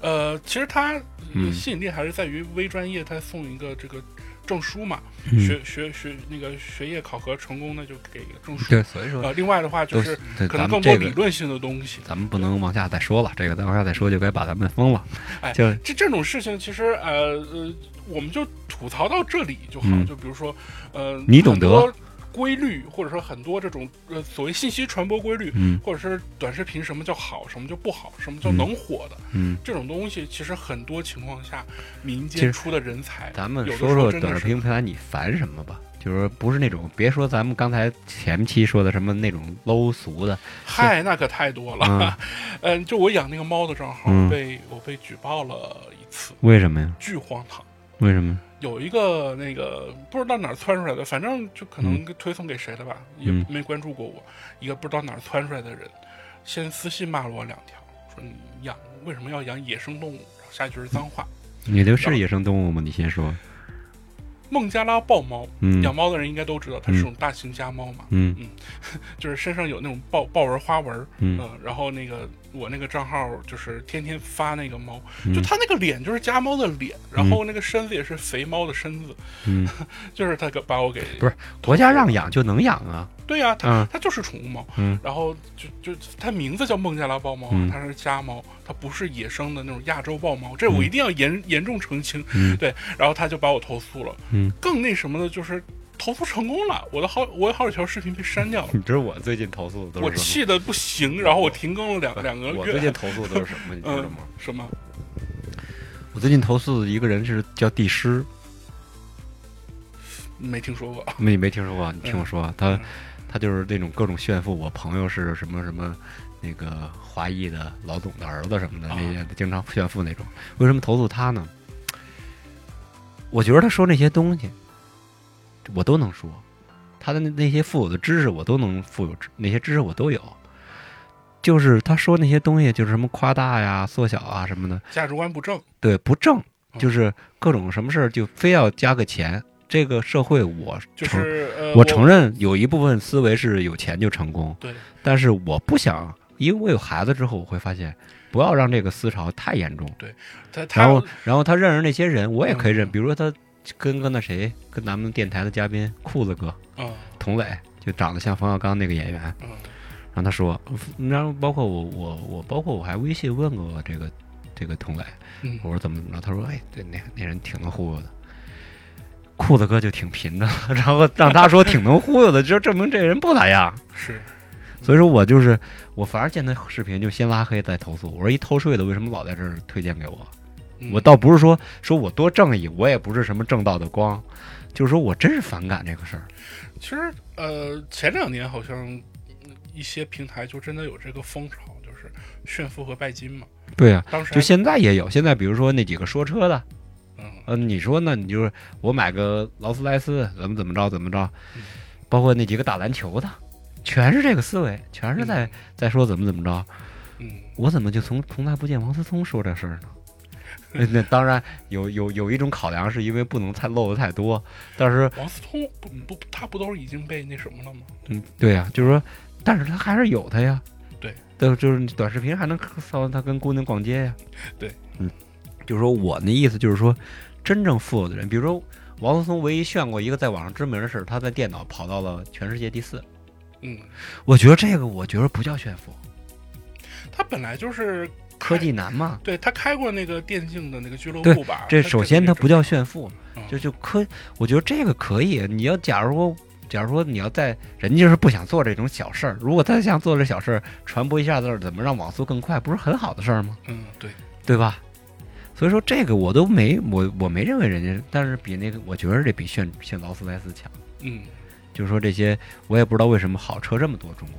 呃，其实它嗯吸引力还是在于微专业，它送一个这个证书嘛，嗯学学学那个学业考核成功的就给一个证书。对，所以说呃，另外的话就都是对可咱能们更多这个理论性的东西。咱们不能往下再说了，这个再往下再说就该把咱们封了。哎就这这种事情其实呃呃，我们就吐槽到这里就好。嗯就比如说，呃，你懂得很多规律，或者说很多这种呃所谓信息传播规律，嗯或者是短视频什么叫好，什么叫不好，什么叫嗯能火的、嗯，这种东西，其实很多情况下民其间实出的人才，咱们有的说时候说真的短视是频平台你烦什么吧，就是说不是那种别说咱们刚才前期说的什么那种 low 俗 的，嗨，那可太多了。嗯嗯就我养那个猫的账号嗯被、我被举报了一次，为什么呀？巨荒唐。为什么？有一个那个不知道哪儿窜出来的，反正就可能推送给谁了吧，嗯也没关注过我。一个不知道哪儿窜出来的人，先私信骂了我两条，说你养为什么要养野生动物？然后下一句是脏话，你这是野生动物吗？你先说。孟加拉豹猫。嗯养猫的人应该都知道，它嗯是种大型家猫嘛，嗯就是身上有那种豹豹纹花纹儿，嗯、嗯然后那个我那个账号就是天天发那个猫，嗯就它那个脸就是家猫的脸，然后那个身子也是肥猫的身子， 嗯，就是它给把我给不是国家让养就能养啊。对呀、它、嗯它就是宠物猫，嗯然后就就它名字叫孟加拉豹猫，嗯它是家猫，它不是野生的那种亚洲豹猫，这我一定要严、严重澄清。 嗯对，然后他就把我投诉了。嗯，更那什么的就是投诉成功了，我的好我有好几条视频被删掉了，你知道我最近投诉的都我是什气的不行，然后我停更了两两个么？月。我最近投诉的都是什么？你知道吗？什么？我最近投诉的一个人是叫帝师，没听说过。你没听说过？你听我说，他嗯他就是那种各种炫富。我朋友是什么什么那个华裔的老总的儿子什么的，啊那些经常炫富那种。为什么投诉他呢？我觉得他说那些东西，我都能说，他的那那些富有的知识我都能富有知，那些知识我都有。就是他说那些东西，就是什么夸大呀、缩小啊什么的，价值观不正。对，不正，嗯就是各种什么事儿就非要加个钱。这个社会我就承是呃，我承认有一部分思维是有钱就成功，对，但是我不想，因为我有孩子之后，我会发现不要让这个思潮太严重。他他然后，然后他认识那些人，我也可以认，嗯比如说他跟个那谁，跟咱们电台的嘉宾裤子哥啊童磊，就长得像冯小刚那个演员，嗯然后他说，呃然后包括我我我包括我还微信问过这个这个童磊，嗯我说怎么怎么着，他说哎，对那那人挺能忽悠的。裤子哥就挺贫的， 然后让他说挺能忽悠的，就证明这人不咋样。是所以说我就是我，反而见他视频就先拉黑再投诉。我说一偷税的为什么老在这儿推荐给我？嗯我倒不是说说我多正义，我也不是什么正道的光，就是说我真是反感这个事儿。其实呃前两年好像一些平台就真的有这个风潮，就是炫富和拜金嘛。对呀、当时就还现在也有，现在比如说那几个说车的，嗯嗯、你说呢？你就是我买个劳斯莱斯，怎么怎么着怎么着嗯，包括那几个打篮球的，全是这个思维，全是在在说怎么怎么着。嗯我怎么就从从来不见王思聪说这事儿呢？ 那那当然有有有一种考量，是因为不能太漏的太多，但是王思聪不不他不都是已经被那什么了吗？嗯，对呀、就是说，但是他还是有他呀，对，但就是你短视频还能看到他跟姑娘逛街呀，对，嗯，就是说我那意思就是说，真正富有的人，比如说王思聪唯一炫过一个在网上知名的事儿，他在电脑跑到了全世界第四，嗯，我觉得这个我觉得不叫炫富，他本来就是科技男嘛，对他开过那个电竞的那个俱乐部对吧？这首先他它不叫炫富嗯，就就科，我觉得这个可以。你要假如说，假如说你要在人家就是不想做这种小事儿，如果他想做这小事儿，传播一下子儿怎么让网速更快，不是很好的事儿吗？嗯对对吧？所以说这个我都没我我没认为人家，但是比那个我觉得这比炫炫劳斯莱斯强。嗯就是说这些我也不知道为什么好车这么多中国，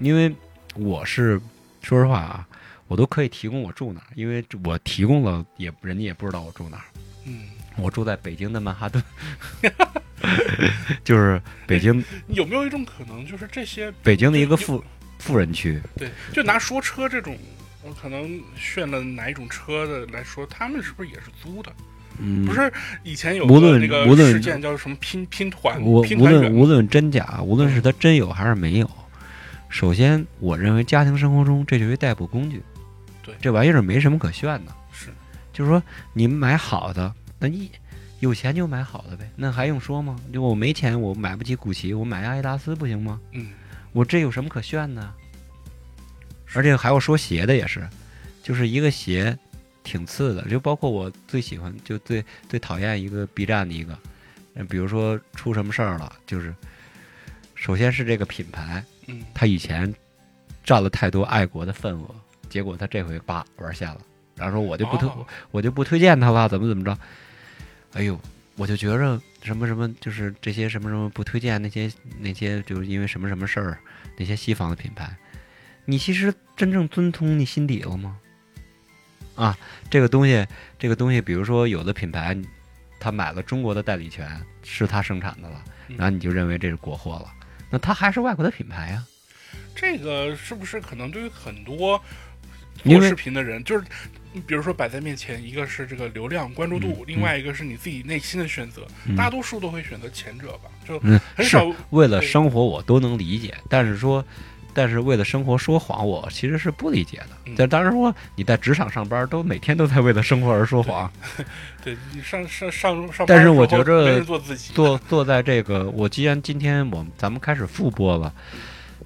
因为我是说实话啊，我都可以提供我住哪儿，因为我提供了也人家也不知道我住哪儿。嗯，我住在北京的曼哈顿，就是北京有没有一种可能就是这些北京的一个富富人区。对，就拿说车这种，我可能炫了哪一种车的来说，他们是不是也是租的？嗯，不是以前有无个论那个无论事件叫什么拼拼团我拼无团论员，无论真假，无论是他真有还是没有，首先我认为家庭生活中这就是一代步工具，对这玩意儿没什么可炫的。是就是说你们买好的，那你有钱就买好的呗，那还用说吗？就我没钱，我买不起古奇，我买辆艾达斯不行吗？嗯我这有什么可炫的？而且还要说鞋的也是，就是一个鞋挺次的，就包括我最喜欢就最最讨厌一个 B 站的一个，呃比如说出什么事儿了，就是首先是这个品牌，嗯他以前占了太多爱国的份额，结果他这回叭玩线了，然后说我就不推、哦我就不推荐他了，怎么怎么着？哎呦，我就觉着什么什么，就是这些什么什么不推荐那些那些，就是因为什么什么事儿，那些西方的品牌，你其实真正遵从你心底了吗？啊，这个东西，这个东西，比如说有的品牌，他买了中国的代理权，是他生产的了，嗯然后你就认为这是国货了，那它还是外国的品牌呀、这个是不是可能对于很多因做为视频的人，就是比如说摆在面前，一个是这个流量关注度，另外一个是你自己内心的选择，嗯大多数都会选择前者吧，就嗯，很是少为了对生活我都能理解，但是说，但是为了生活说谎，我其实是不理解的嗯。但当然说，你在职场上班都每天都在为了生活而说谎，对你上上上上班的时候，但是我觉着没人做自己，坐坐在这个，我既然今天我们咱们开始复播了，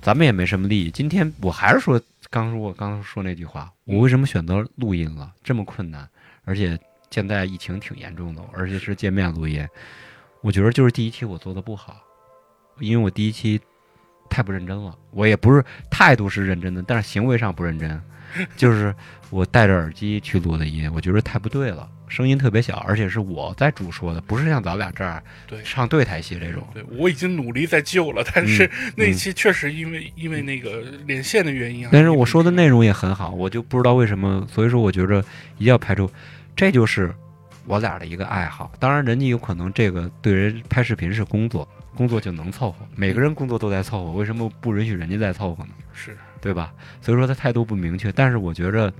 咱们也没什么利益。今天我还是说，刚说我刚说那句话，嗯我为什么选择录音了？这么困难，而且现在疫情挺严重的，而且是见面录音，我觉得就是第一期我做的不好，因为我第一期太不认真了。我也不是态度是认真的，但是行为上不认真，就是我戴着耳机去录的音，我觉得太不对了。声音特别小，而且是我在主说的，不是像咱俩这儿对上对台戏这种。嗯对，我已经努力在救了，但是 那一期确实因为、因为那个连线的原因啊。但是我说的内容也很好，我就不知道为什么，所以说我觉着一定要排除，这就是我俩的一个爱好。当然，人家有可能这个对人拍视频是工作，工作就能凑合，每个人工作都在凑合，为什么不允许人家再凑合呢？是对吧？所以说他态度不明确，但是我觉着，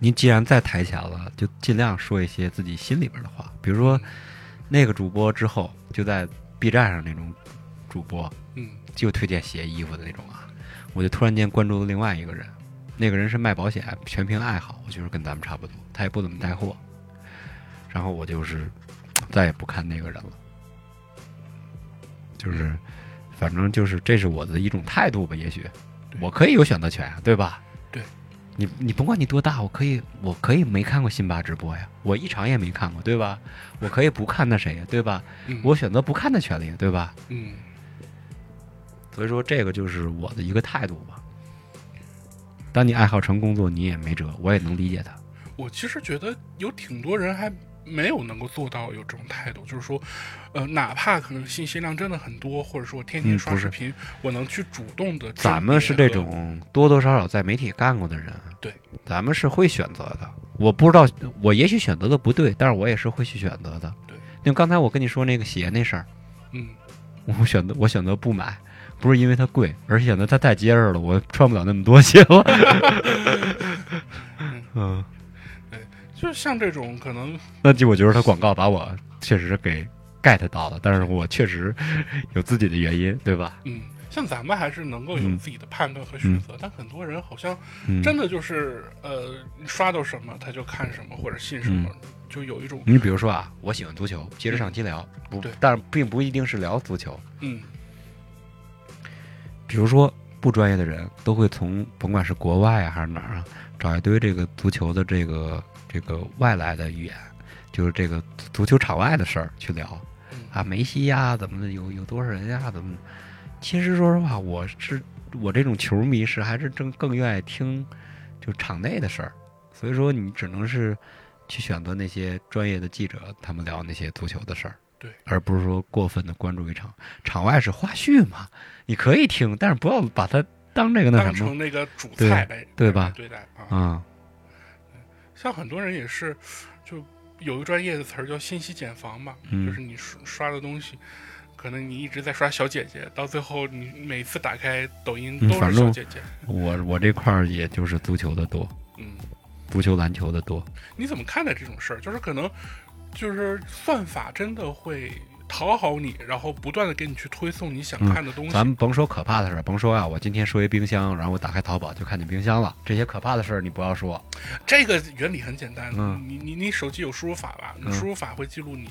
您既然在台前了，就尽量说一些自己心里边的话，比如说那个主播之后就在 B 站上那种主播，嗯就推荐鞋衣服的那种啊，我就突然间关注了另外一个人，啊那个人是卖保险，全凭爱好，我觉得跟咱们差不多，他也不怎么带货。然后我就是再也不看那个人了，就是反正就是这是我的一种态度吧，也许对我可以有选择权，对吧？对，你你甭管你多大，我可以我可以没看过辛巴直播呀，我一场也没看过，对吧？我可以不看那谁呀，对吧？嗯我选择不看的权利，对吧？嗯，所以说这个就是我的一个态度吧。当你爱好成工作，你也没辙，我也能理解他。我其实觉得有挺多人还没有能够做到有这种态度，就是说，呃，哪怕可能信息量真的很多，或者说我天天嗯刷不是视频，我能去主动的。咱们是这，种多多少少在媒体干过的人，对，咱们是会选择的。我不知道，我也许选择的不对，但是我也是会去选择的。对，就刚才我跟你说那个鞋那事儿，嗯，我选择我选择不买，不是因为它贵，而是显得它太结实了，我穿不了那么多鞋了。 嗯，就像这种可能 那就我觉得它广告把我确实给 get 到了，但是我确实有自己的原因，对吧？嗯，像咱们还是能够有嗯自己的判断和选择，但很多人好像嗯，真的就是、呃，你刷到什么他就看什么或者信什么，嗯就有一种你比如说啊，我喜欢足球，接着上期聊，不对，但并不一定是聊足球。嗯比如说不专业的人都会从甭管是国外啊还是哪儿啊，找一堆这个足球的这个这个外来的语言，就是这个足足球场外的事儿去聊嗯啊，梅西呀、怎么的，有有多少人呀、怎么的？其实说实话，我是我这种球迷是还是更更愿意听就场内的事儿，所以说你只能是去选择那些专业的记者，他们聊那些足球的事儿。对而不是说过分的关注一场场外是花絮嘛，你可以听，但是不要把它当这个那当什么成那个主对菜来对吧对待啊，啊、像很多人也是，就有一个专业的词儿叫信息茧房嘛，嗯就是你刷刷的东西，可能你一直在刷小姐姐，到最后你每次打开抖音嗯都反是小正姐姐。我我这块儿也就是足球的多，嗯，足球篮球的多。你怎么看待这种事儿？就是可能，就是算法真的会讨好你，然后不断的给你去推送你想嗯看的东西。咱们甭说可怕的事儿，甭说啊，我今天说一冰箱，然后我打开淘宝就看见冰箱了，这些可怕的事儿你不要说。这个原理很简单，嗯你你你手机有输入法吧？你嗯输入法会记录你。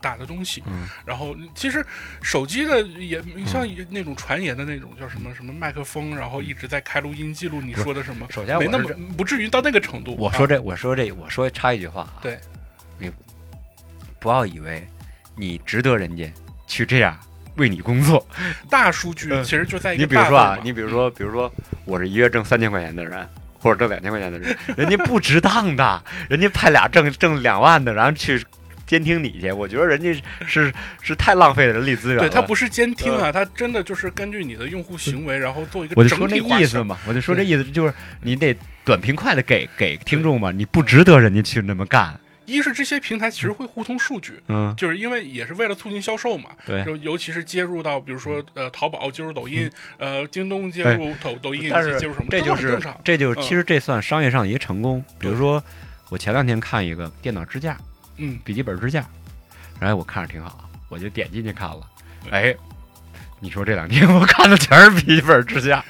打的东西，嗯然后其实手机的也像那种传言的那种叫什么什么麦克风，然后一直在开录音记录你说的什么，首先我没嗯是那么这不至于到那个程度。我啊说这，我说这，我说插一句话啊，对，你不要以为你值得人家去这样为你工作，大数据嗯其实就在一你个比如大说范啊围，嘛你比如说，比如说，我是一月挣三千块钱的人，或者挣两千块钱的人，人家不值当的，人家派俩挣挣两万的，然后去监听你去，我觉得人家是是太浪费人力资源了。对它不是监听啊，它真的就是根据你的用户行为，然后做一个嗯我就整说那体划意思分。嘛，我就说这意思就是你得短平快的给给听众嘛，你不值得人家去那么干。一是这些平台其实会互通数据，嗯，就是因为也是为了促进销售嘛，对嗯就尤其是接入到比如说呃淘宝接入抖音，呃京东接入抖抖音，但是接入什么，嗯这都就很是正常。这就是嗯其实这算商业上的一个成功。比如说，我前两天看一个电脑支架，嗯，笔记本支架，然后我看着挺好，我就点进去看了，对哎。你说这两天 我看的全是笔记本支架，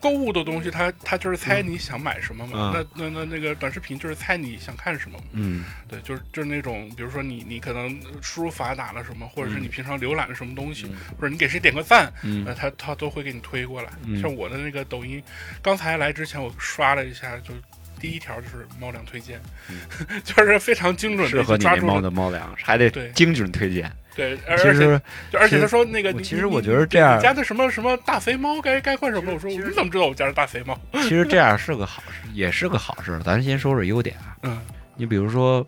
购物的东西它它就是猜你想买什么嘛，嗯那那那那个短视频就是猜你想看什么嘛，嗯，对，就是就是那种比如说你你可能输入法打了什么，或者是你平常浏览了什么东西，或者你给谁点个赞，嗯呃，他他都会给你推过来。嗯像我的那个抖音，刚才来之前我刷了一下，就第一条就是猫粮推荐， 就是非常精准嗯适合的你抓那住猫了。的猫粮，还得对精准推荐。对，而其而且实就而且他实说那个我你，其你实我你觉得你这样你家的什么什么大肥猫该该换什么？我说你怎么知道我家是大肥猫？其实这样是个好事，也是个好事。咱先说说优点啊，嗯你比如说，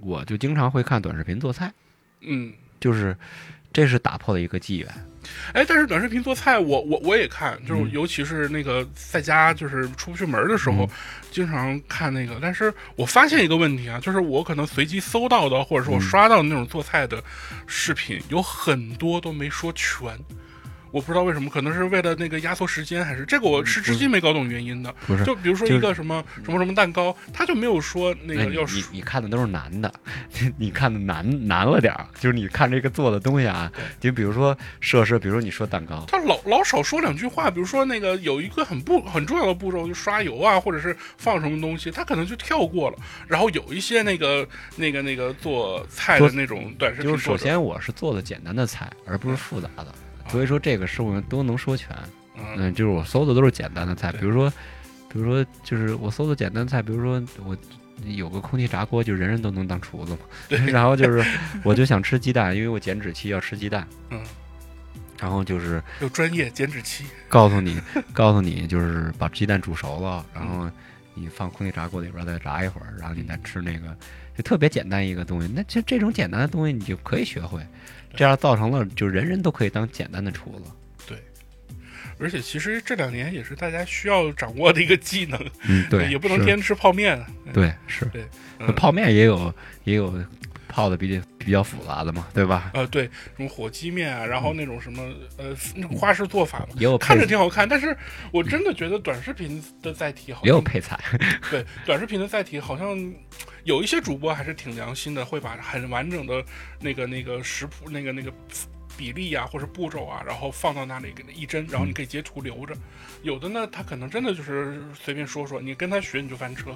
我就经常会看短视频做菜，嗯，就是这是打破了一个纪元。哎，但是短视频做菜，我我我也看，就是嗯尤其是那个在家就是出不去门的时候，经常看那个。但是我发现一个问题啊，就是我可能随机搜到的，嗯或者是我刷到的那种做菜的视频，有很多都没说全。我不知道为什么，可能是为了那个压缩时间，还是这个嗯我是至今没搞懂原因的。不是就比如说就是一个什么什么什么蛋糕，他就没有说那那个你要你熟你看的都是男的， 你看的难难了点儿，就是你看这个做的东西啊，就比如说设施，比如说你说蛋糕，他老老少说两句话，比如说那个有一个很不很重要的步骤，就刷油啊，或者是放什么东西，他可能就跳过了。然后有一些那个那个那个做菜的做那种短视频就作是者，首先我是做的简单的菜，而不是复杂的，所以说这个是我们都能说全。啊嗯，嗯，就是我搜的都是简单的菜，对比如说，比如说就是我搜的简单菜，比如说我有个空气炸锅，就人人都能当厨子嘛。 然 后就是我就想吃鸡蛋，因为我减脂期要吃鸡蛋。嗯。然后就是有专业减脂期，告诉你，告诉你就是把鸡蛋煮熟了，然后你放空气炸锅里边儿再炸一会儿，然后你再吃那个，就特别简单一个东西。那就这种简单的东西你就可以学会，这样造成了就人人都可以当简单的厨子。而且其实这两年也是大家需要掌握的一个技能，嗯，对，也不能是天天吃泡面。啊对，是对嗯那泡面也有也有泡的比比较复杂的嘛，对吧？呃，对，什么火鸡面啊，嗯然后那种什么呃那种花式做法嘛，也有看着配也挺好看，但是我真的觉得短视频的载体好像有配菜，对短视频的载体好像有一些主播还是挺良心的，会把很完整的那个那个食谱那个那个比例啊或者步骤啊，然后放到那里给它一针，然后你可以截图留着。有的呢，他可能真的就是随便说说，你跟他学你就翻车。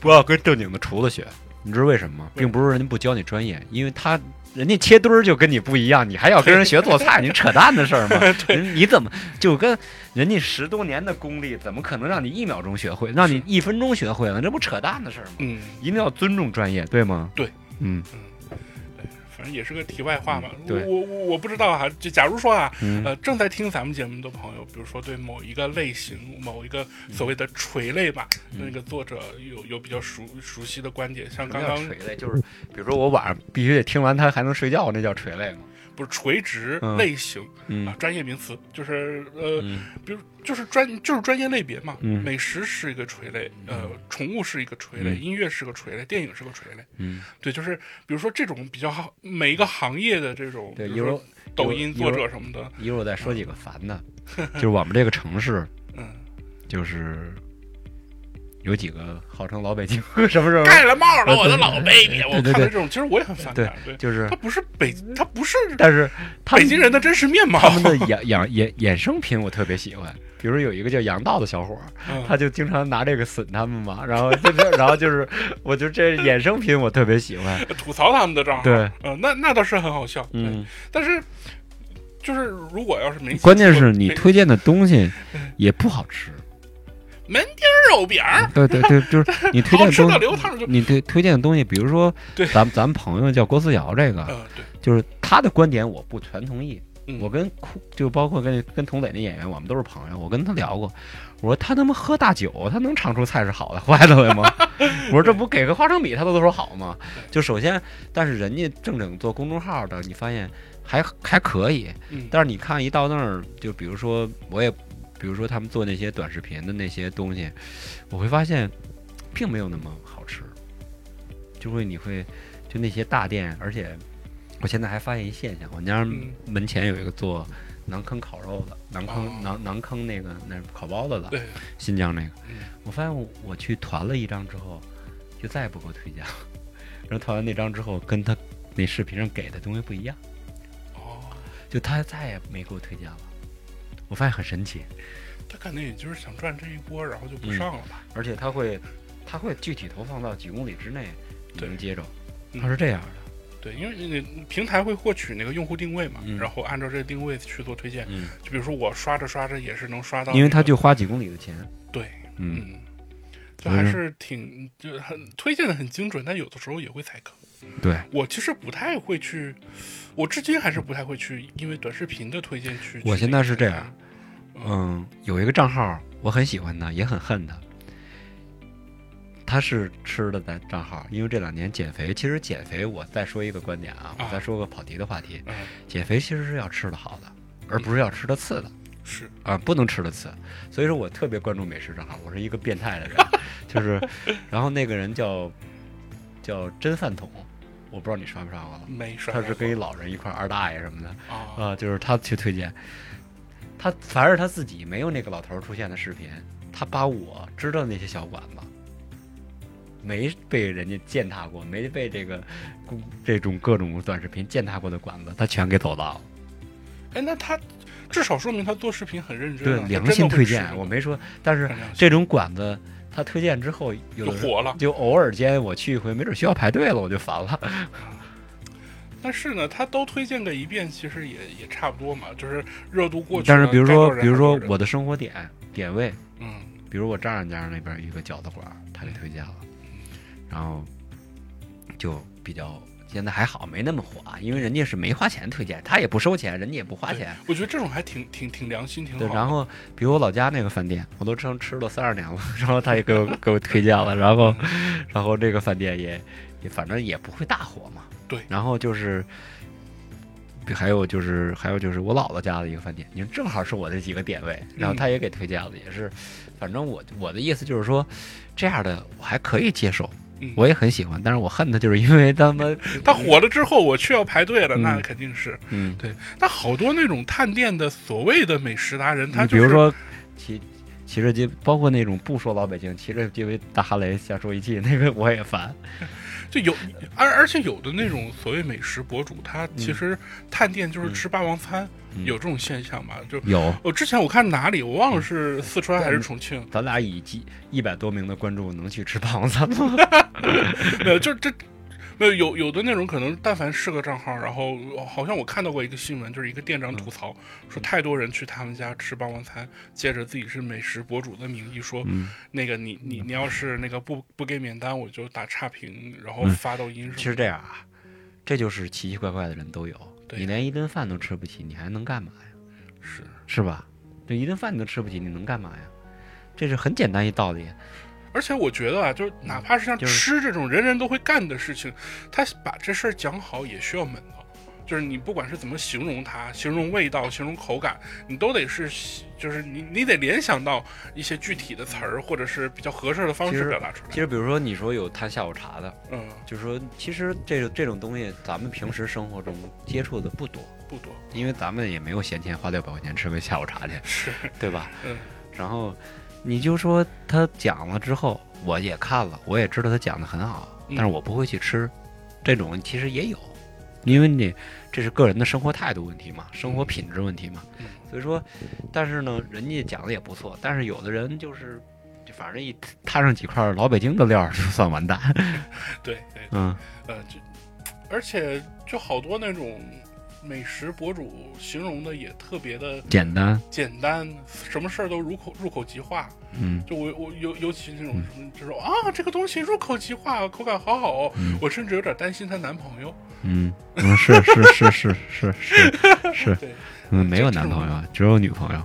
不要跟正经的厨子学，你知道为什么吗？为什并么不是人家不教你专业，因为他。人家切墩儿就跟你不一样，你还要跟人学做 菜，你扯淡的事儿吗？人你怎么就跟人家十多年的功力，怎么可能让你一秒钟学会，让你一分钟学会了？这不扯淡的事儿吗？嗯，一定要尊重专业，对吗？对，嗯反正也是个题外话嘛。嗯我对我我我不知道啊，就假如说啊，嗯，呃，正在听咱们节目的朋友，比如说对某一个类型、某一个嗯所谓的垂类吧，那个作者有有比较熟熟悉的观点，像刚刚什么叫垂泪，就是比如说我晚上必须得听完它还能睡觉，那叫垂泪吗？不是垂直嗯类型、嗯啊，专业名词就是呃，嗯比如就是专就是专业类别嘛，嗯美食是一个垂类，呃，宠物是一个垂类，嗯音乐是个垂类，电影是个垂类，嗯，对，就是比如说这种比较好每一个行业的这种，对比一如会儿说抖音一作会儿者什么的，一会儿我再说几个烦 的，就是我们这个城市，嗯，就是有几个号称老北京 什么什么，盖了帽了，我的老 baby，我对看对到这对种，其实我也很反对感，对，就是它，不是北，它不是但是他北们京人的真实面貌，他们的衍衍衍衍生品我特别喜欢，比如有一个叫杨道的小伙儿，嗯他就经常拿这个损他们嘛，然后就是然后就是，我就这衍生品我特别喜欢，吐槽他们的账号，对，呃，那那倒是很好笑，对，嗯，但是就是如果要是没，关键是你没推荐的东西嗯也不好吃，门钉儿肉饼儿，对对对，就是你推荐好的吃东的西。嗯流汤就，你推推荐的东西，比如说对，咱们咱们朋友叫郭思瑶，这个呃，对，就是他的观点我不全同意。嗯我跟库就包括跟跟童磊那演员，我们都是朋友，我跟他聊过，我说他他妈喝大酒，他能唱出菜是好的 坏的来吗？我说这不给个花生米，他都说好吗？就首先，但是人家正经做公众号的，你发现还还可以，嗯，但是你看一到那儿，就比如说我也，比如说他们做那些短视频的那些东西，我会发现并没有那么好吃，就会你会就那些大店，而且我现在还发现一现象，我们家嗯门前有一个做馕坑烤肉的，馕哦坑馕馕坑那个那烤包子的，对，新疆那个嗯，我发现我我去团了一张之后，就再也不给我推荐了， 然后团完那张之后，跟他那视频上给的东西不一样。哦，就他再也没给我推荐了。我发现很神奇，他可能也就是想赚这一波，然后就不上了吧，而且他会，他会具体投放到几公里之内你对能接着，嗯他是这样的。对，因为你平台会获取那个用户定位嘛，嗯然后按照这个定位去做推荐，嗯，就比如说我刷着刷着也是能刷到那个，因为他就花几公里的钱。对，嗯，嗯。就还是挺就很推荐的很精准，但有的时候也会踩坑。对，我其实不太会去，我至今还是不太会去，因为短视频的推荐去。我去现那在个是这样，嗯，有一个账号我很喜欢他，也很恨他。他是吃的咱账号，因为这两年减肥，其实减肥我再说一个观点啊，啊我再说个跑题的话题，嗯减肥其实是要吃的好的，而不是要吃的次的。是啊，不能吃的次，所以说我特别关注美食账号，我是一个变态的人，就是，然后那个人叫叫真饭桶，我不知道你刷没刷过了，没刷他到过。是跟一老人一块儿二大爷什么的啊啊，就是他去推荐，他反而他自己没有那个老头儿出现的视频，他把我知道那些小馆子没被人家践踏过，没被这个故这种各种短视频践踏过的馆子，他全给走到了。哎，那他至少说明他做视频很认真、啊，对，他良真心的会推吃荐，我没说，但是很良心这种馆子他推荐之后，就有的时候火了。就偶尔间我去一回，没准需要排队了，我就烦了。但是呢，他都推荐个一遍，其实也也差不多嘛，就是热度过去了。但是比如该说到，人比如还到说人我的生活点点位，嗯，比如我丈人家那边有一个饺子馆，他给推荐了，然后就比较现在还好，没那么火啊，因为人家是没花钱推荐，他也不收钱，人家也不花对钱。我觉得这种还挺挺挺良心，挺好对，的。然后比如我老家那个饭店，我都成吃了三十年了，然后他也给我给我推荐了，然后嗯 然后这个饭店也也反正也不会大火嘛。对然后就是。比还有就是，还有就是我姥姥家的一个饭店，你正好是我这几个点位，嗯然后他也给推荐了，也是，反正我我的意思就是说，这样的我还可以接受，嗯我也很喜欢，但是我恨他就是因为他们，他火了之后，我去要排队了，嗯那肯定是。 嗯，对，但好多那种探店的所谓的美食达人，他你就嗯比如是说骑骑着街，包括那种不说老北京，骑着街为大哈雷瞎说一气，那个我也烦。就有，而而且有的那种所谓美食博主，他其实探店就是吃霸王餐，嗯有这种现象吧？就有，我之前我看哪里，我忘了是四川还是重庆，咱俩以几一百多名的观众能去吃霸王餐吗？ 没有，就是这。没有有有的那种可能，但凡是个账号，然后好像我看到过一个新闻，就是一个店嗯长吐槽说太多人去他们家吃霸王餐，借着自己是美食博主的名义说，嗯那个你你你要是那个不不给免单，我就打差评，然后嗯发抖音其什么实这样啊，这就是奇奇怪怪的人都有。对你连一顿饭都吃不起，你还能干嘛呀？的，是是吧？这一顿饭你都吃不起，你能干嘛呀？这是很简单一道理。而且我觉得啊，就是哪怕是像就是吃这种人人都会干的事情，他把这事儿讲好也需要门道。就是你不管是怎么形容它，形容味道、形容口感，你都得是，就是你你得联想到一些具体的词儿，或者是比较合适的方其式实表达出来其。实，比如说你说有摊下午茶的，嗯，就是说，其实这这种东西咱们平时生活中接触的不多，不多因为咱们也没有闲钱花六百块钱吃个下午茶去，是， 对吧？嗯。然后你就说他讲了之后，我也看了，我也知道他讲的很好，嗯但是我不会去吃。这种其实也有，因为你这是个人的生活态度问题嘛，生活品质问题嘛。嗯所以说，但是呢，人家讲的也不错，但是有的人就是，就反正一摊上几块老北京的料儿就算完哎蛋。对对，嗯，呃，就而且就好多那种美食博主形容的也特别的简单，简单，什么事儿都入口入口即化。嗯。就我我尤尤其那种什么，就是啊，这个东西入口即化，口感好好哦。我甚至有点担心她男 朋友。嗯，嗯，是是是是是是是，对，嗯，没有男朋友，只有女朋友，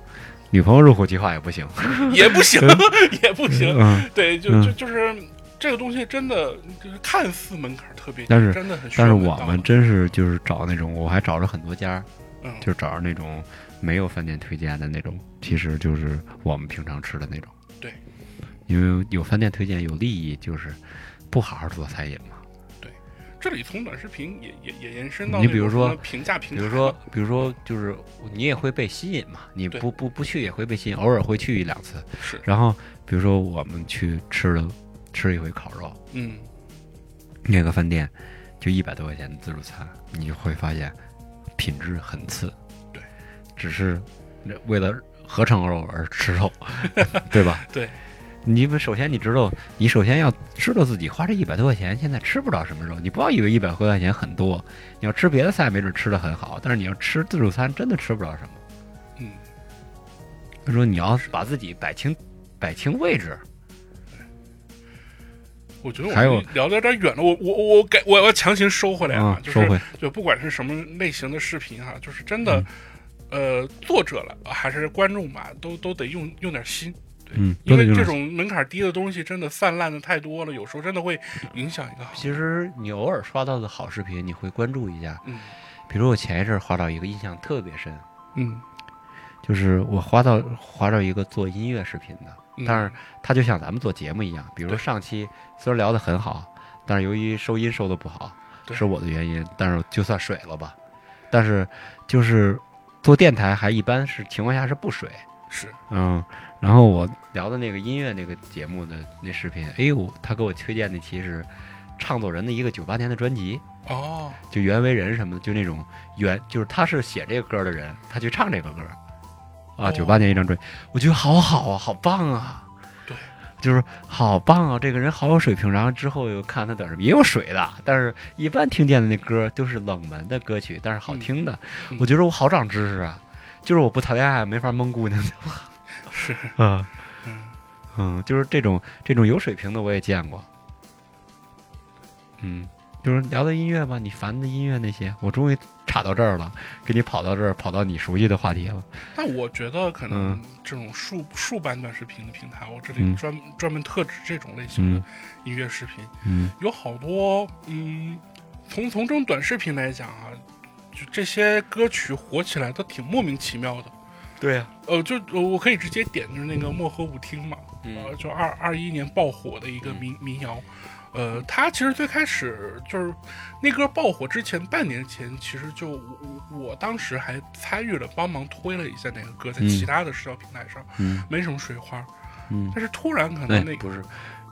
女朋友入户计划也不行。也不行， 也不行。嗯，对，就嗯就就是这个东西真的就是看似门槛特别低，但是真的很需但要是门我道们真是就是找那种，我还找了很多家，嗯就找着那种没有饭店推荐的那种，其实就是我们平常吃的那种。对，因为有饭店推荐有利益，就是不好好做餐饮嘛。这里从短视频也也也延伸到你那比如种什么说评价平比台，如说，比如说，就是你也会被吸引嘛，你对不不不去也会被吸引，偶尔会去一两次。是然后比如说我们去吃了吃一回烤肉，嗯那个饭店就一百多块钱的自助餐，你就会发现品质很次，对，只是为了合成肉而吃肉， 对吧？对。你们首先你知道，你首先要知道自己花这一百多块钱现在吃不着什么肉。你不要以为一百多块钱很多，你要吃别的菜没准吃的很好，但是你要吃自助餐真的吃不着什么。嗯。他说你要把自己摆清摆清位置，我觉得我还有们聊的有点远了，我我我我改我要强行收回来啊，嗯就收是回就不管是什么类型的视频哈、就是真嗯的，呃，作者了还是观众吧，都都得用用点心，对，嗯因都得为用这点种门槛低的东西真的泛滥的太多了，有时候真的会影响一个好，其实你偶尔刷到的好视频，你会关注一下。嗯比如我前一阵儿滑到一个印象特别深，嗯，就是我滑到滑到一个做音乐视频的，嗯但是他就像咱们做节目一样，比如对说上期虽然聊得很好，但是由于收音收的不好，对是我的原因，但是就算水了吧。但是就是做电台还一般是情况下是不水，是嗯，然后我聊的那个音乐那个节目的那视频，哎呦，他给我推荐那期是唱作人的一个九八年的专辑，哦，就袁惟仁什么的，就那种原就是他是写这个歌的人，他去唱这个歌，啊，哦九八年一张专辑，我觉得好好啊，好棒啊，对，就是好棒啊，这个人好有水平。然后之后又看他点什么，也有水的，但是一般听见的那歌都是冷门的歌曲，但是好听的，嗯我觉得我好长知识啊，就是我不谈恋爱没法蒙姑娘， 是啊，嗯嗯，就是这种这种有水平的我也见过。嗯，就是聊到音乐吧，你烦的音乐那些，我终于岔到这儿了，给你跑到这儿，跑到你熟悉的话题了。那我觉得可能嗯这种竖竖版短视频的平台，我这里嗯专、专门特指这种类型的音乐视频，嗯有好多嗯，从从这种短视频来讲啊，就这些歌曲火起来都挺莫名其妙的。对啊呀、呃，就呃我可以直接点就是那个漠河舞厅嘛，嗯呃，就二二一年爆火的一个民民谣，呃，它其实最开始就是那歌爆火之前半年前，其实就我我我当时还参与了帮忙推了一下那个歌，在嗯其他的社交平台上嗯没什么水花，嗯，但是突然可哎能那，个不是，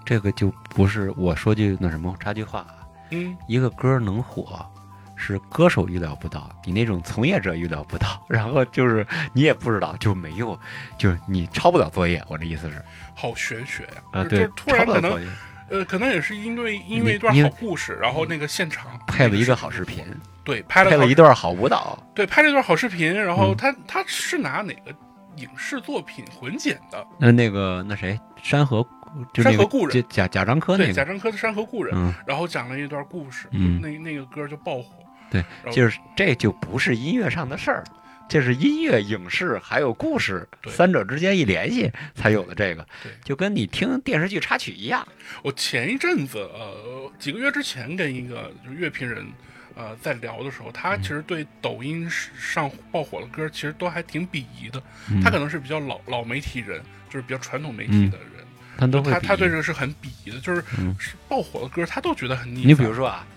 这个就不是我说句那什么插句话啊，嗯，一个歌能火，是歌手预料不到，你那种从业者预料不到，然后就是你也不知道，就没有，就是你抄不了作业。我的意思是，好玄学呀、啊，呃就对是，突抄然不可了作能业，呃，可能也是因为因你为一段因好为故事，然后那个现场配那了个一个好视频，对，拍了配好了一段好舞蹈，对，拍了一段好视频，然后嗯他他是拿哪个影视作品混剪的？那呃那个那谁，山河就山那河个故人就贾贾樟柯对，那贾个，樟柯的《山河故人》嗯，然后讲了一段故事，嗯那那个歌就爆火。对，然后就是这就不是音乐上的事儿，这是音乐、影视还有故事对三者之间一联系才有的这个对，就跟你听电视剧插曲一样。我前一阵子，呃，几个月之前跟一个就是乐评人，呃，在聊的时候，他嗯其实对抖音上爆火的歌其实都还挺鄙夷的。嗯他可能是比较老老媒体人，就是比较传统媒体的人，他都会他比他对这个是很鄙夷的，就是嗯是爆火的歌他都觉得很腻。你比如，说啊，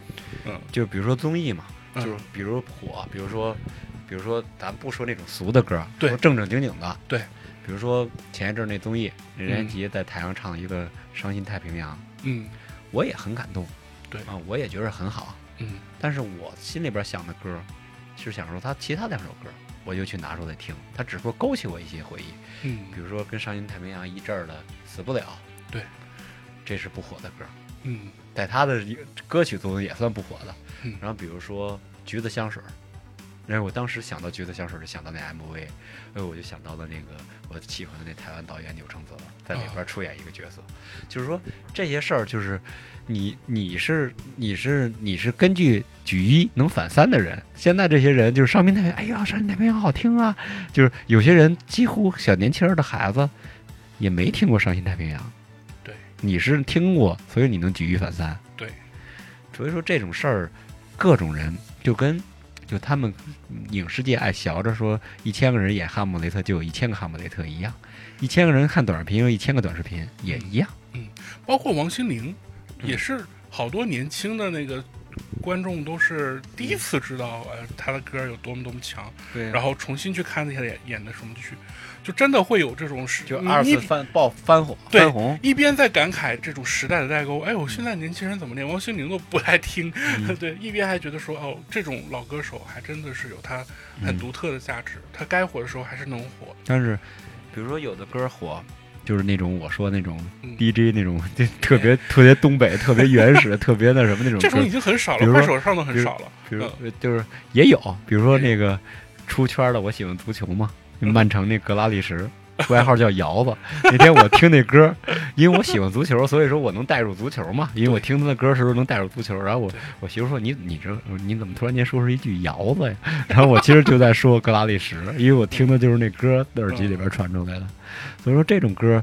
嗯，就比如说综艺嘛，嗯就是比如火，比如说，比如说咱不说那种俗的歌，对说正正经经的，对，比如说前一阵儿那综艺，任嗯贤齐在台上唱一个《伤心太平洋》，嗯我也很感动，对啊，我也觉得很好，嗯，但是我心里边想的歌，是想说他其他两首歌，我就去拿出来听，他只会勾起我一些回忆，嗯比如说跟《伤心太平洋》一阵儿的《死不了》，对，这是不火的歌，嗯在他的一个歌曲中也算不火的。嗯然后比如说橘子香水儿，然后我当时想到橘子香水儿就想到那 MV，哎，我就想到了那个我喜欢的那台湾导演钮承泽在里边儿出演一个角色，就是说这些事儿就是你你是你是你是根据举一能反三的人，现在这些人就是上面那边，哎呀，上面那边好听啊，就是有些人几乎小年轻儿的孩子也没听过《伤心太平洋》，对，你是听过，所以你能举一反三，对，所以说这种事儿，各种人就跟就他们影视界爱学着说，一千个人演哈姆雷特就有一千个哈姆雷特一样，一千个人看短视频有一千个短视频也一样，包括王心凌，嗯也是好多年轻的那个观众都是第一次知道，呃，她的歌有多么多么强，对然后重新去看那些演演的什么剧，就真的会有这种时，就你二次你翻爆翻火对翻红，一边在感慨这种时代的代沟，哎呦，现在年轻人怎么连王心凌都不爱听？嗯 对，一边还觉得说，哦，这种老歌手还真的是有他嗯很独特的价值，他该火的时候还是能火。但是比如说有的歌火。就是那种我说那种嗯 DJ 那种，就特别特别东北、特别原 始、特别那什么那种歌，这种已经很少比了，如说快手上都很少了。比如嗯呃就是也有，比如说那个出圈的，我喜欢足球嘛，曼城那格拉利什， 外号叫姚子。那天我听那歌，因为我喜欢足球，所以说我能带入足球嘛，因为我听他的歌时候能带入足球。然后我对我媳妇说你你这你怎么突然间说出一句姚子呀？然后我其实就在说格拉利什，因为我听的就是那歌在耳机里边传出来的，所以说这种歌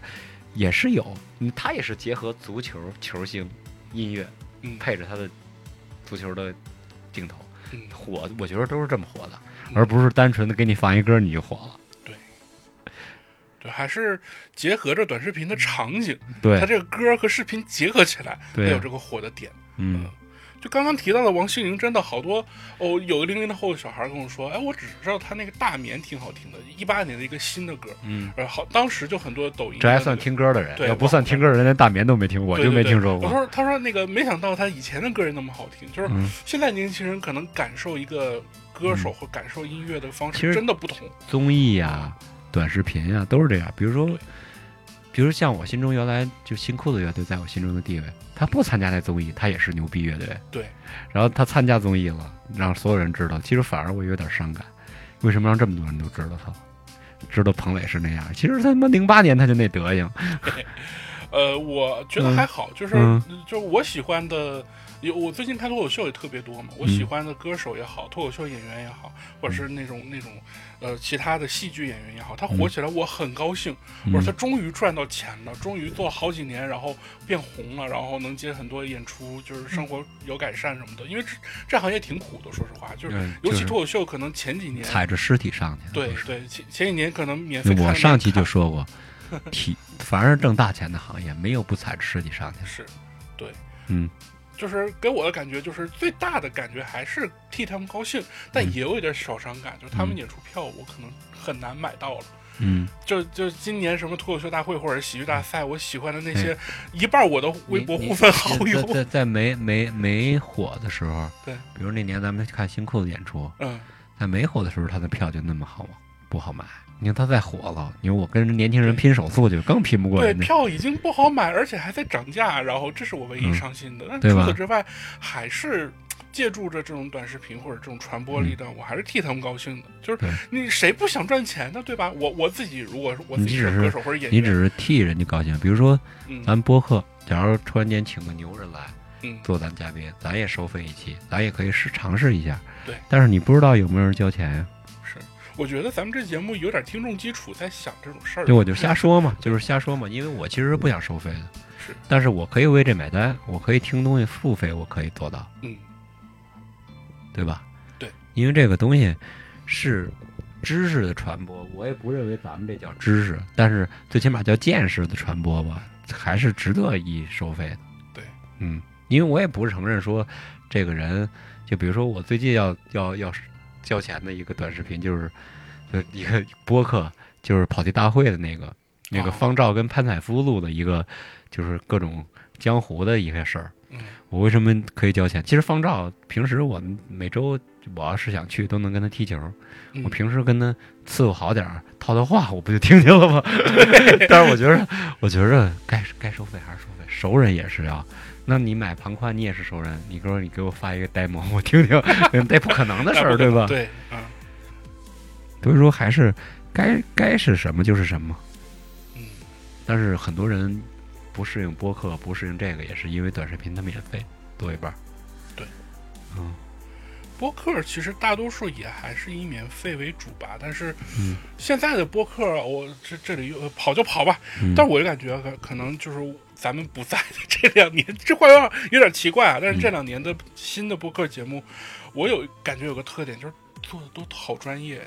也是有，嗯它也是结合足球球星音乐嗯配着他的足球的镜头。嗯，火，我觉得都是这么火的，嗯而不是单纯的给你放一歌你就火了。对，还是结合着短视频的场景，他嗯对，这个歌和视频结合起来，才对有这个火的点。嗯，就刚刚提到的王心凌，真的好多哦，有的零零后的小孩跟我说，哎，我只知道她那个大眠挺好听的，一八年的一个新的歌，嗯，然后好当时就很多抖音这还算听歌的人，对要不算听歌的人，连大眠都没听过，对就对没对听说过我。说他说那个没想到他以前的歌也那么好听，就是嗯现在年轻人可能感受一个歌手或感受音乐的方其实式真的不同。综艺呀、短视频呀、都是这样。比如说，比如像我心中原来就新裤子乐队在我心中的地位，他不参加那综艺，他也是牛逼乐队。对。然后他参加综艺了，让所有人知道，其实反而我有点伤感，为什么让这么多人都知道他？知道彭磊是那样，其实他妈零八年他就那德行，呃，我觉得还好，就是、嗯就是我喜欢的，有我最近看脱口秀也特别多嘛，我嗯喜欢的歌手也好，脱口秀演员也好，或者是那种那种呃其他的戏剧演员也好，他嗯火起来我很高兴，我说他终于赚到钱了，终于做了好几年，然后变红了，然后能接很多演出，就是生活有改善什么的，因为这这行业挺苦的，说实话，就是、嗯尤就其是脱口秀可能前几年。踩着尸体上去。对都是对，前前几年可能免费看我的上期看就说过，体反而挣大钱的行业没有不踩着尸体上去的。是，对，嗯，就是给我的感觉就是最大的感觉还是替他们高兴，但也有一点小伤感，就是他们演出票我可能很难买到了。嗯，就就今年什么脱口秀大会或者喜剧大赛，我喜欢的那些一半我的微博互粉好你在友，在在没没没火的时候，对比如那年咱们去看新裤子演出，嗯，在没火的时候，他的票就那么好吗？不好买。你看他再火了，你说我跟年轻人拼手速去，更拼不过对，人家。票已经不好买，而且还在涨价，然后这是我唯一伤心的。但对吧除此之外，还是借助着这种短视频或者这种传播力量，我还是替他们高兴的。就是对你谁不想赚钱呢，对吧？我我自己如果是我自你己只是是歌手或者演员，你只是替人家高兴。比如说嗯咱播客，假如突然间请个牛人来嗯做咱嘉宾，咱也收费一期，咱也可以试尝试一下。对，但是你不知道有没有人交钱呀？是，我觉得咱们这节目有点听众基础，在想这种事儿。对，我就瞎说嘛，就是瞎说嘛，因为我其实是不想收费的，是，但是我可以为这买单，我可以听东西付费，我可以做到，嗯，对吧？对，因为这个东西是知识的传播，我也不认为咱们这叫知识，但是最起码叫见识的传播吧，还是值得一收费的。对，嗯，因为我也不承认说这个人，就比如说我最近要要要交钱的一个短视频，就是就一个播客，就是跑题大会的那个那个哦方照跟潘采夫录的一个，就是各种江湖的一些事儿。嗯，我为什么可以交钱？其实方照平时我们每周我要是想去都能跟他踢球，嗯我平时跟他伺候好点儿，套套话我不就听见了吗？ 但是我觉着，我觉着该该收费还是收费，熟人也是要。那你买庞宽，你也是熟人，你给我你给我发一个 demo，我听听， 那不可能的事儿，对吧？对，嗯所以说还是该该是什么就是什么。嗯，但是很多人不适应播客，不适应这个，也是因为短视频它免费多一半儿。对，嗯，播客其实大多数也还是以免费为主吧，但是嗯现在的播客，我这这里又呃跑就跑吧，嗯但我就感觉可可能就是咱们不在的这两年，这话有点有点奇怪啊。但是嗯这两年的新的播客节目，我有感觉有个特点，就是做的都好专业呀。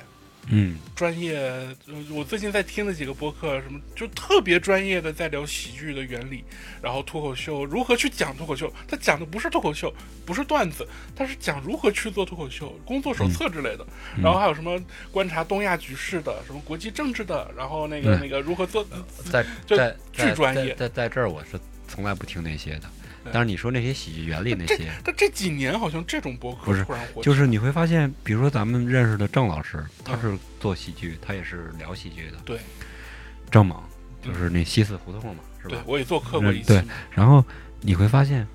嗯专业，呃我最近在听的几个播客，啊什么就特别专业的在聊喜剧的原理，然后脱口秀如何去讲脱口秀，他讲的不是脱口秀，不是段子，他是讲如何去做脱口秀，工作手嗯册之类的，然后还有什么观察东亚局势的，什么国际政治的，然后那个、嗯那个如何做，在 就在巨在专业在在在这儿我是从来不听那些的。对但是你说那些喜剧原理那这些，但这几年好像这种播客不是突然火起来，就是你会发现，比如说咱们认识的郑老师，他嗯是做喜剧，他也是聊喜剧的。对，郑猛就是那西四胡同嘛，是吧对？我也做客过一嗯期对，然后你会发现，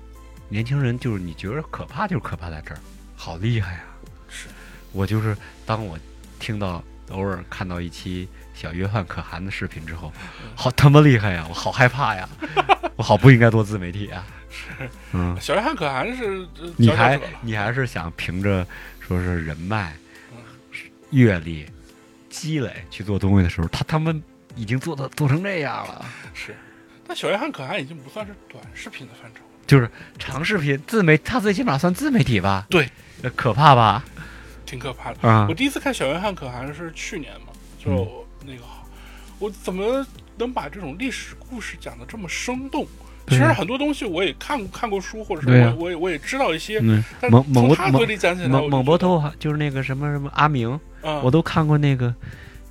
年轻人就是你觉得可怕，就是可怕在这儿，好厉害呀、啊是我就是当我听到偶尔看到一期小约翰可汗的视频之后，好他妈厉害啊呀、我好害 怕呀，我好不应该做自媒体啊。嗯，小约翰可汗是、呃你佼佼还者了你还是想凭着说是人脉嗯、阅历、积累去做东西的时候，他他们已经做的做成这样了。是，但小约翰可汗已经不算是短视频的范畴了。就是长视频自媒，他最起码算自媒体吧？对呃，可怕吧？挺可怕的。啊嗯我第一次看《小约翰可汗》是去年嘛，就那个，我怎么能把这种历史故事讲得这么生动？其对啊实很多东西我也看看过书，或者是对我啊我也我也知道一些，嗯，但猛是从猛博他猛嘴里讲起来，猛猛博博头，头还就是那个什么什么阿明，嗯，我都看过那个，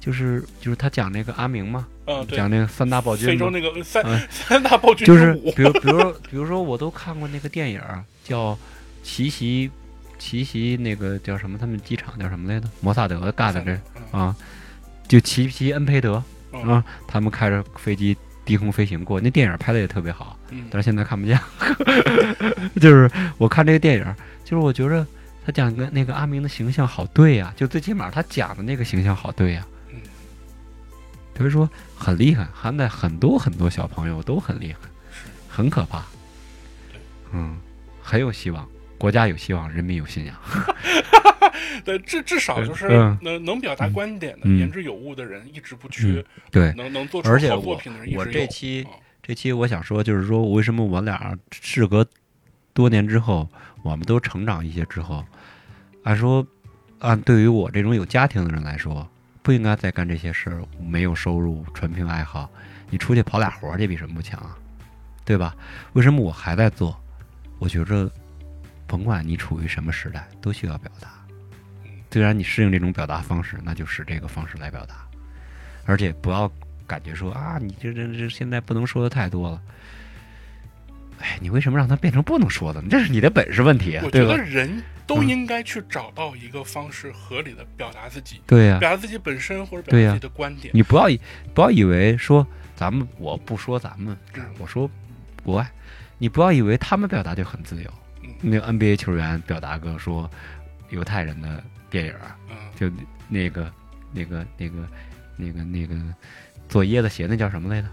就是就是他讲那个阿明嘛，嗯对，讲那个三大暴非君洲嘛，那个三嗯三大暴君就是之舞比如比如说比如说我都看过那个电影儿叫《奇袭奇袭》，那个叫什么？他们机场叫什么来着？摩萨德干的这啊，就奇袭恩培德嗯啊，他们开着飞机低空飞行过，那电影拍的也特别好，嗯但是现在看不见。 就是我看这个电影儿，就是我觉着他讲跟那个阿明的形象好对呀、就最起码他讲的那个形象好对呀、嗯所以说很厉害，现在很多很多小朋友都很厉害，很可怕，嗯，很有希望，国家有希望，人民有信嗯仰，对，至至少就是嗯能能表达观点的、嗯言之有物的人一直不缺，对。能能做出而且好作我品的人一直有。我这期啊这期我想说，就是说为什么我俩事隔多年之后，我们都成长一些之后，按说按对于我这种有家庭的人来说，不应该再干这些事儿，没有收入，纯凭爱好，你出去跑俩活儿，这比什么不强啊？对吧？为什么我还在做？我觉着，甭管你处于什么时代，都需要表达。虽然你适应这种表达方式，那就是这个方式来表达，而且不要感觉说啊，你这这这现在不能说的太多了。哎，你为什么让他变成不能说的呢？这是你的本事问题啊，我觉对得吧？人都嗯应该去找到一个方式，合理的表达自己，对呀、表达自己本身或者表嗯对达呀自己的观点。你不要以不要以为说咱们我不说咱们嗯，我说国外，你不要以为他们表达就很自由嗯。那个 NBA 球员表达个说犹太人的电影儿，啊嗯，就那个那个那个那个那个做椰子鞋那叫什么来着？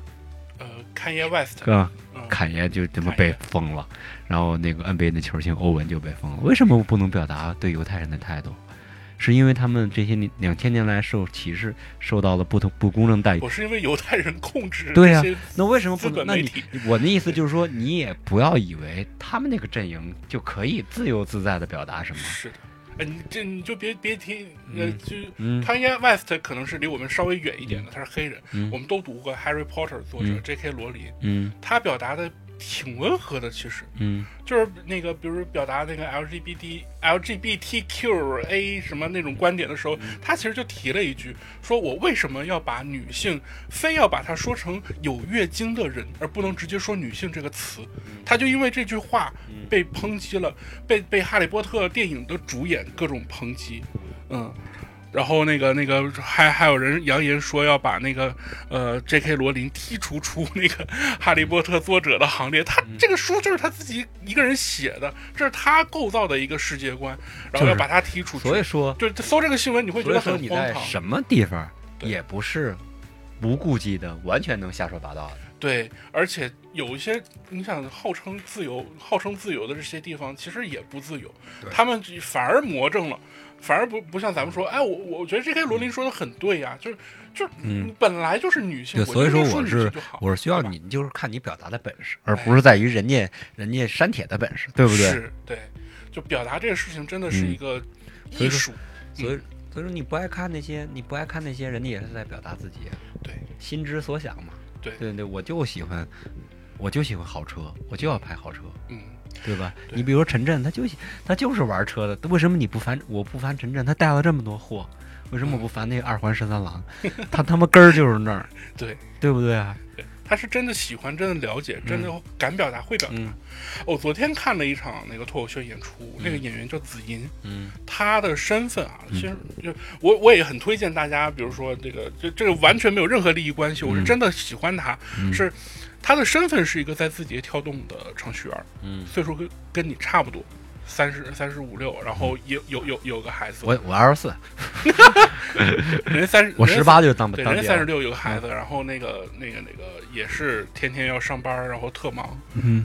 呃，Kanye West，啊，嗯，侃爷就他妈侃爷被封了，然后那个 NBA 的球星欧文就被封了。为什么我不能表达对犹太人的态度？是因为他们这些年两千年来受歧视，受到了不同不公正待遇。我是因为犹太人控制对呀这些那为什么不资本能？媒那你体我的意思就是说，你也不要以为他们那个阵营就可以自由自在的表达什么。是的。哎，你这你就别别听，呃，嗯就嗯 Kanye West 可能是离我们稍微远一点的，他是黑人，嗯我们都读过《Harry Potter》作者嗯 J.K. 罗琳，嗯他表达的挺温和的，其实嗯就是那个，比如表达那个 LGBT LGBTQA 什么那种观点的时候，他其实就提了一句，说我为什么要把女性非要把它说成有月经的人，而不能直接说女性这个词？他就因为这句话嗯被抨击了，被被《哈利波特》电影的主演各种抨击，嗯。然后那个那个还还有人扬言说要把那个呃 J.K. 罗琳剔除出那个《嗯哈利波特》作者的行列。他这个书就是他自己一个人写的，这是他构造的一个世界观，然后要把他剔除出。所以说，对，搜这个新闻你会觉所以得说很你荒在唐。什么地方对也不是无顾忌的，完全能瞎说八道的。对，而且有一些你想号称自由、号称自由的这些地方，其实也不自由，他们反而魔怔了，反而不不像咱们说，哎，我我觉得 J.K. 罗琳说的很对呀、就是就是、嗯本来就是女性，对，所以说我女性是就好我是需对要吧哎你，就是看你表达的本事，而不是在于人家人家删帖的本事，对不对？嗯是，对，就表达这个事情真的是一个所艺以说术，所以所以说你不爱看那些，你不爱看那些，人家也是在表达自己，啊对，心之所想嘛。对对对，我就喜欢，我就喜欢豪车，我就要拍豪车，嗯，对吧？对你比如说陈震，他就喜他就是玩车的，为什么你不烦？我不烦陈震，他带了这么多货，为什么我不烦那个二环十三郎？他他妈根儿就是那儿，嗯 对。对不对啊？对，他是真的喜欢，真的了解，真的敢表达，会表达。嗯我、昨天看了一场那个脱口秀演出，那个演员叫子银，嗯，他的身份啊，其实就我我也很推荐大家，比如说这个，这这个完全没有任何利益关系，我嗯是真的喜欢他，是他的身份是一个在字节跳动的程序员，嗯，岁数跟跟你差不多。三十三十五六，然后也有有有个孩子，嗯我我二十四，人家三十，我人十家八就当对，当嗯人家爹三了十。六有个孩子，然后那个那个那个也是天天要上班，然后特忙，嗯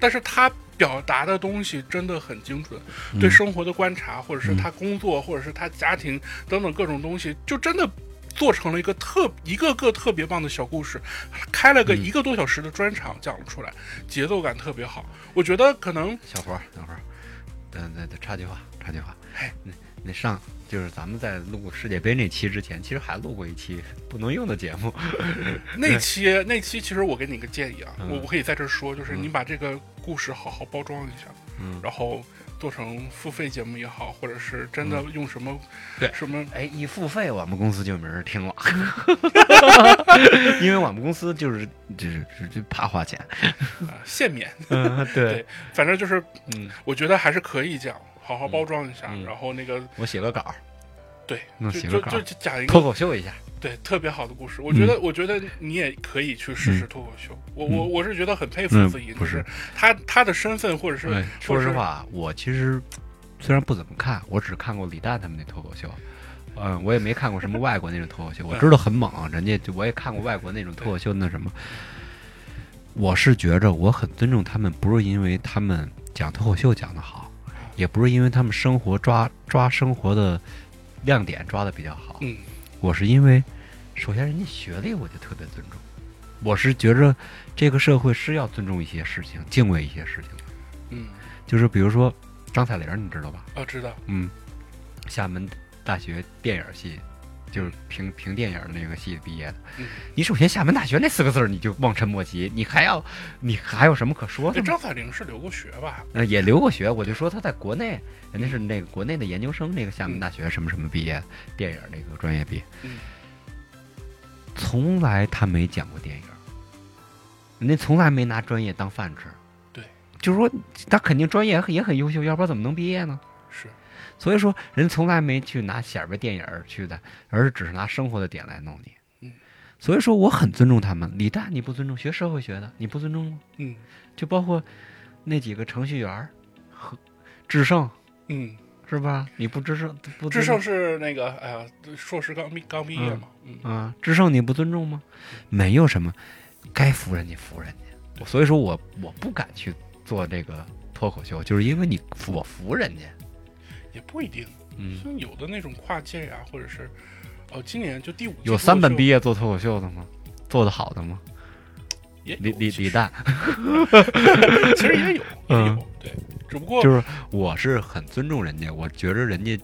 但是他表达的东西真的很精准，嗯对生活的观察，或者是他工作，或者是他家庭等等各种东西，就真的。做成了一个特一个个特别棒的小故事，开了嗯个一个多小时的专场讲了出来，节奏感特别好。我觉得可能小伙儿，等会儿，等等等，插句话，插句话嘿。你那上就是咱们在录世界杯那期之前，其实还录过一期不能用的节目。那期那期其实我给你一个建议啊，嗯我我可以在这儿说，就是嗯你把这个故事好好包装一下，嗯，然后做成付费节目也好，或者是真的用什么、嗯对什么哎，一付费，我们公司就没人听 了，因为我们公司就是就是就怕花钱。啊限免，嗯，对，反正就是嗯，我觉得还是可以讲，好好包装一下，嗯嗯然后那个我写个稿，对，那就写就个稿就，就讲一脱个口秀一下。对特别好的故事。嗯我觉得我觉得你也可以去试试脱口秀，我我我是觉得很佩服嗯自己，不就是他他的身份或者是对，哎说或实者是话，我其实虽然不怎么看，我只看过李诞他们那脱口秀。嗯，我也没看过什么外国那种脱口秀，我知道很猛，啊人家就我也看过外国那种脱口秀那什么。我是觉着我很尊重他们，不是因为他们讲脱口秀讲得好，也不是因为他们生活抓抓生活的亮点抓的比较好，嗯我是因为首先人家学历我就特别尊重，我是觉着这个社会是要尊重一些事情，敬畏一些事情的。嗯就是比如说张彩玲，你知道吧？啊知道嗯，厦门大学电影系，就是评评电影的那个系毕业的。嗯你首先厦门大学那四个字儿你就望尘莫及，你还要你还有什么可说对的张吗？彩玲是留过学吧？呃，也留过学，我就说他在国内，人家是那个国内的研究生，那个厦门大学什么什么毕业，电影那个专业毕业，嗯从来他没讲过电影，人家从来没拿专业当饭吃。对，就是说他肯定专业也很优秀，要不然怎么能毕业呢？是所以说，人从来没去拿显摆电影儿去的，而是只是拿生活的点来弄你嗯。所以说，我很尊重他们。李诞你不尊重，学社会学的你不尊重吗？嗯就包括那几个程序员儿和智胜嗯，是吧？你不支撑不智尊胜重是那个哎呀硕士刚毕刚毕业嘛，嗯啊？智胜你不尊重吗？没有什么，该服人家服人家。所以说我我不敢去做这个脱口秀，就是因为你我服人家。也不一定，嗯，像有的那种跨界呀、或者是哦今年就第五季有三本毕业业做脱口秀的吗？做的好的吗？也有李李其实李诞。 其实也有，也嗯有，对，只不过就是我是很尊重人家，我觉着人家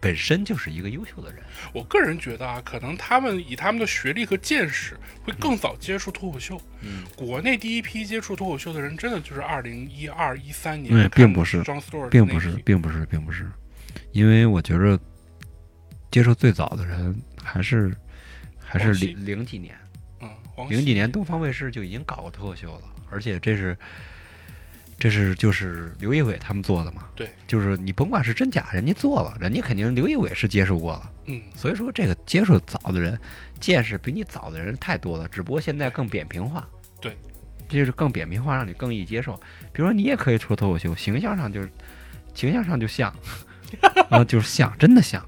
本身就是一个优秀的人。我个人觉得啊，可能他们以他们的学历和见识，会更早接触脱口秀。嗯，国内第一批接触脱口秀的人，真的就是二零一二一三年，嗯并不是 John Stewart，并不是，并不是，并不是，因为我觉着接受最早的人还是还是王希零零几年，嗯，黄零西几年东方卫视就已经搞过脱口秀了，而且这是这是就是刘仪伟他们做的嘛。对，就是你甭管是真假，人家做了，人家肯定刘仪伟是接触过了。嗯，所以说，这个接触早的人，见识比你早的人太多了，只不过现在更扁平化。对，就是更扁平化，让你更易接受。比如说，你也可以说脱口秀，形象上就是形象上就 像，啊，就是像，真的像，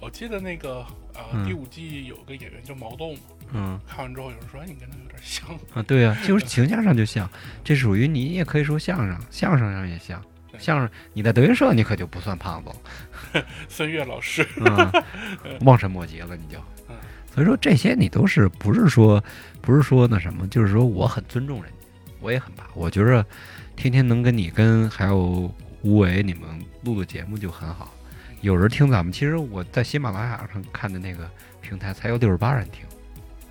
我记得那个呃嗯第五季有个演员叫毛豆嘛，嗯看完之后有人说哎你跟他有点像，啊，对啊，就是形象上就像，这属于你也可以说相声，相声上也像。对相声，你在德云社你可就不算胖子了，孙越老师， 嗯，望尘莫及了，你就嗯。所以说这些你都是不是说不是说那什么，就是说我很尊重人家，我也很把，我觉着天天能跟你跟还有吴伟你们录录节目就很好。有人听咱们，其实我在喜马拉雅上看的那个平台才有六十八人听，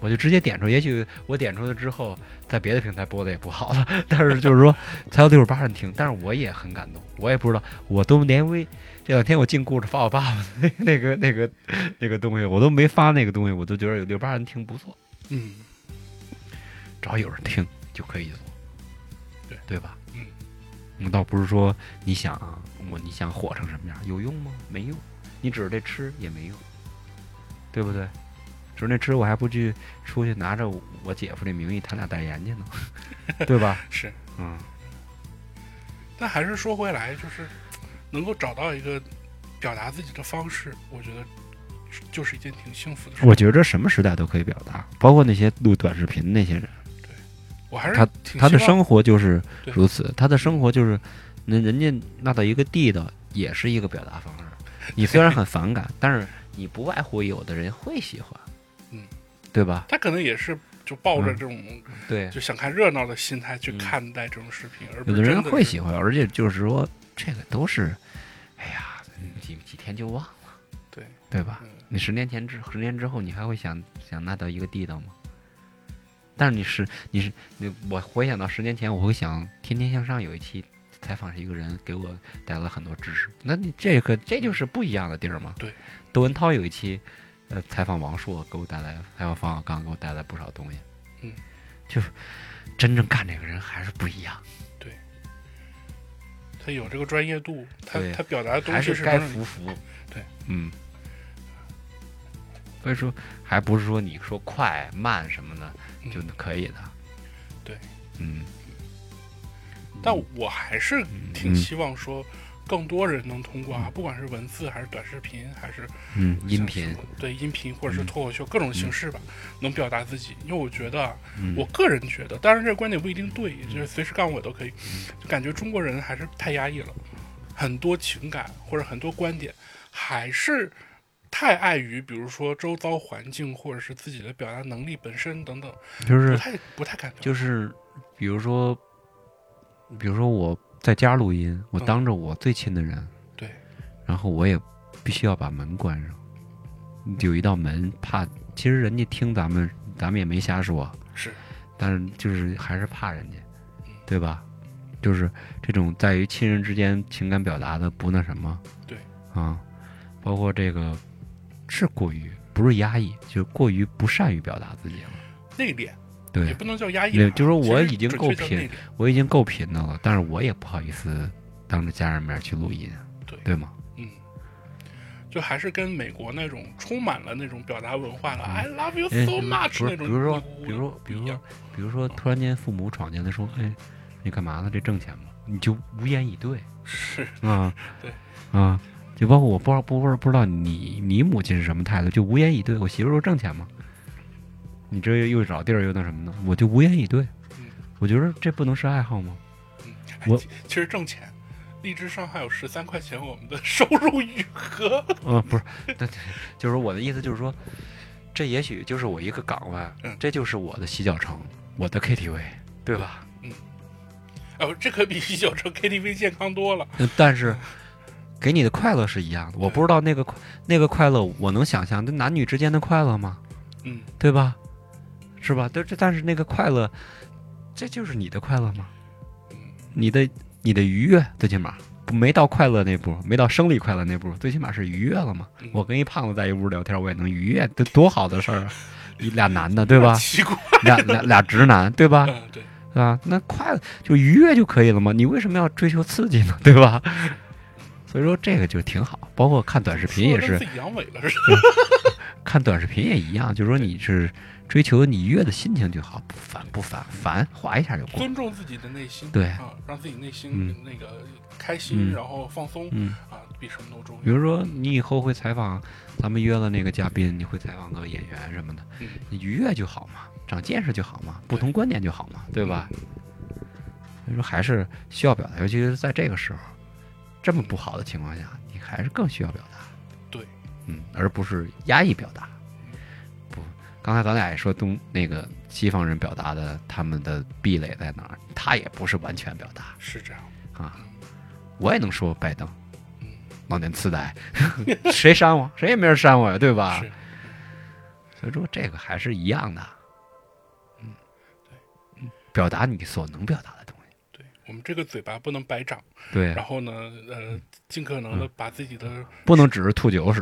我就直接点出，也许我点出了之后，在别的平台播的也不好了，但是就是说才有六十八人听，但是我也很感动，我也不知道，我都连微这两天我进故事发我爸爸那 那个那个那个东西，我都没发那个东西，我都觉得有六八人听不错，嗯，只要有人听就可以做，对对吧？嗯，我倒不是说你想啊我你想火成什么样有用吗？没用，你指着这吃也没用，对不对？指着那吃我还不去出去拿着我姐夫这名义他俩代言去呢， 对吧？ 是，嗯，但还是说回来，就是能够找到一个表达自己的方式，我觉得就是一件挺幸福的事。我觉着什么时代都可以表达，包括那些录短视频的那些人。我还是他挺他的希望生活就是对如此，他的生活就是，那人家那到一个地的也是一个表达方式。你虽然很反感，但是你不外乎有的人会喜欢，嗯，对吧？他可能也是就抱着嗯这种对，就想看热闹的心态去嗯看待这种视频，而不有是的人真会是喜欢，而且就是说这个都是，哎呀，几几天就忘了，对，对吧嗯？你十年前之十年之后，你还会想想那叫一个地道吗？但是你是你是你，我回想到十年前，我会想《天天向上》有一期采访是一个人，给我带来了很多知识。那你这个这就是不一样的地儿嘛。对，窦文涛有一期，呃，采访王朔，给我带来还有冯小刚，给我带来不少东西。嗯，就真正干这个人还是不一样，他有这个专业度，他对他表达的东还西是能该让你服服。对，嗯。所以说，还不是说你说快慢什么的嗯就可以的。对，嗯，但我还是挺嗯希望说，更多人能通过啊，不管是文字还是短视频，还是嗯，音像频嗯什么，对音频或者是脱口秀各种形式吧，能表达自己。因为我觉得啊，嗯我个人觉得，当然这个观点不一定对，就是随时干我都可以，嗯就感觉中国人还是太压抑了，很多情感或者很多观点还是。太碍于，比如说周遭环境，或者是自己的表达能力本身等等，就不是太不太敢表达。就是，比如说，比如说我在家录音，我嗯当着我最亲的人，对，然后我也必须要把门关上，有一道门，怕其实人家听咱们，咱们也没瞎说，是但是就是还是怕人家，嗯对吧？就是这种在于亲人之间情感表达的不那什么，对啊，包括这个是过于不是压抑，就是过于不善于表达自己了。内敛，也对，不能叫压抑对吧，就是我其实已经准够确叫拼内敛我已经够贫的了，但是我也不好意思当着家人面去录音，对对吗？嗯，就还是跟美国那种充满了那种表达文化的、I love you 哎 so much 不那是，种，比如说，不比如说，比不如一样说，比如说，突然间父母闯进来说：“哎，你干嘛呢？这挣钱吗？”你就无言以对。是啊， 对，啊，就包括我不知道不不不知道你你母亲是什么态度，就无言以对。我媳妇儿说挣钱嘛，你这又找地儿又那什么呢，我就无言以对嗯。我觉得这不能是爱好 吗？哎我其 其实挣钱。荔枝上还有十三块钱，我们的收入余 额。呃，不是，对对，就是我的意思就是说，这也许就是我一个港湾嗯，这就是我的洗脚城，我的 KTV，对吧？哦，这可比啤酒城 KTV 健康多了。呃但是给你的快乐是一样的，我不知道那个快那个快乐，我能想象那男女之间的快乐吗？嗯，对吧？是吧？但这但是那个快乐，这就是你的快乐吗？嗯你的你的愉悦，最起码不没到快乐那步，没到生理快乐那步，最起码是愉悦了嘛嗯。？我跟一胖子在一屋聊天，我也能愉悦，这多好的事儿啊！一俩男的，对吧 奇怪。俩俩俩直男，对吧？嗯，对，啊，那快乐就愉悦就可以了嘛，你为什么要追求刺激呢？ 对吧？所以说这个就挺好，包括看短视频也说得是跟，自己阳痿了 似看短视频也一样，就是说你是追求你愉悦的心情就好，不烦不烦，烦划一下就的，过。尊重自己的内心，对啊，让自己内心嗯那个开心，嗯然后放松嗯，啊，比什么都重要。比如说你以后会采访，咱们约了那个嘉宾，你会采访个演员什么的嗯，你愉悦就好嘛，长见识就好嘛，不同观点就好嘛，对嗯吧？所以说还是需要表达，尤其是在这个时候，这么不好的情况下，你还是更需要表达。对，嗯嗯，而不是压抑表达。不，刚才咱俩也说东那个西方人表达的他们的壁垒在哪儿，他也不是完全表达是这样。啊。我也能说拜登嗯，老年痴呆， 谁删我？谁也没人删我呀，对吧是？所以说这个还是一样的。嗯，表达你所能表达的东西。对我们这个嘴巴不能白长，对嗯然，后呢，呃，尽可能的把自己的不能只是吐酒屎，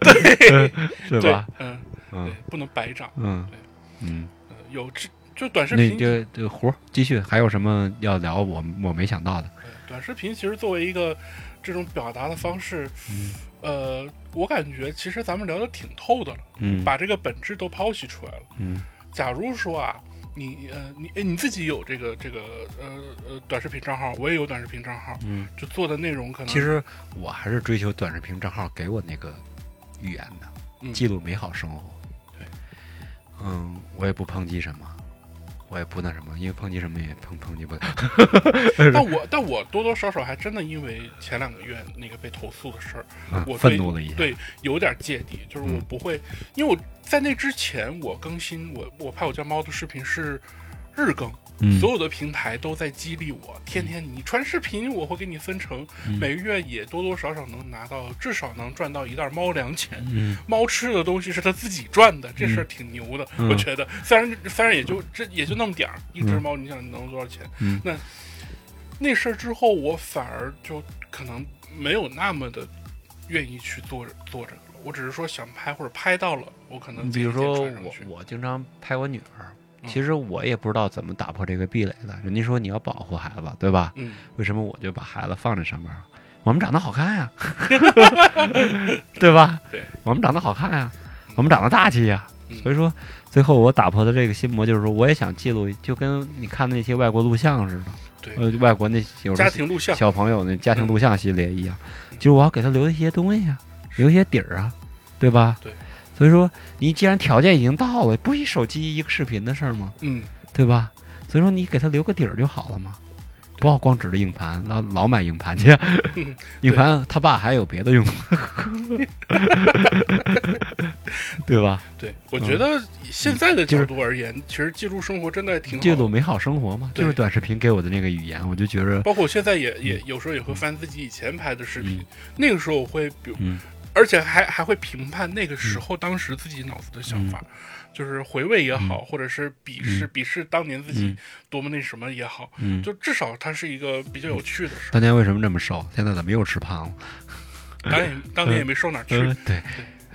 对 对吧？，嗯，对嗯，不能白长，嗯对嗯。呃有这就短视那频，这这活儿继续，还有什么要聊我我没想到的？呃短视频其实作为一个这种表达的方式，嗯呃，我感觉其实咱们聊的挺透的了，嗯把这个本质都剖析出来了。嗯假如说啊，你呃你哎你自己有这个这个呃呃短视频账号，我也有短视频账号，嗯，就做的内容可能其实我还是追求短视频账号给我那个语言的，嗯记录美好生活。对，嗯，我也不抨击什么，我也不那什么，因为抨击什么也抨抨 击不了。但我但我多多少少还真的因为前两个月那个被投诉的事儿，啊我对愤怒了一下。对有点芥蒂，就是嗯我不会，因为我在那之前我更新我我拍我家猫的视频是日日更，嗯所有的平台都在激励我，天天你传视频，我会给你分成，嗯每个月也多多少少能拿到，至少能赚到一袋猫粮钱。嗯猫吃的东西是它自己赚的，这事儿挺牛的，嗯我觉得。虽然虽然也就这也就那么点儿，一只猫，你想能多少钱？嗯那那事儿之后，我反而就可能没有那么的愿意去做做这个了。我只是说想拍或者拍到了，我可能你比如自己先说传上我去，我经常拍我女儿，嗯其实我也不知道怎么打破这个壁垒的。人家说你要保护孩子，对吧？嗯，为什么我就把孩子放在上面？啊我们长得好看呀， 对吧？对，我们长得好看呀，我们长得大气呀。嗯所以说，最后我打破的这个心魔，就是说，我也想记录，就跟你看那些外国录像似的，对呃，外国那有时家候庭录像，嗯小朋友那家庭录像系列一样，就是我要给他留一些东西啊，留一些底儿啊，对吧？对。所以说，你既然条件已经到了，不一手机一个视频的事儿吗？嗯，对吧？所以说，你给他留个底儿就好了嘛，不要光指着硬盘，老老买硬 盘去，硬盘他爸还有别的用途，对吧？对，我觉得以现在的就是角度而言，其实记录生活真的挺好的。记录美好生活嘛，对就是短视频给我的那个语言，我就觉着，包括我现在也也有时候也会翻自己以前拍的视频，嗯那个时候我会比如，嗯而且还还会评判那个时候当时自己脑子的想法，嗯就是回味也好，或者是鄙视、鄙视当年自己嗯多么那什么也好，嗯，就至少它是一个比较有趣的事。当年为什么这么瘦？现在怎么又吃胖了？当然也当年也没瘦哪儿去。嗯， 对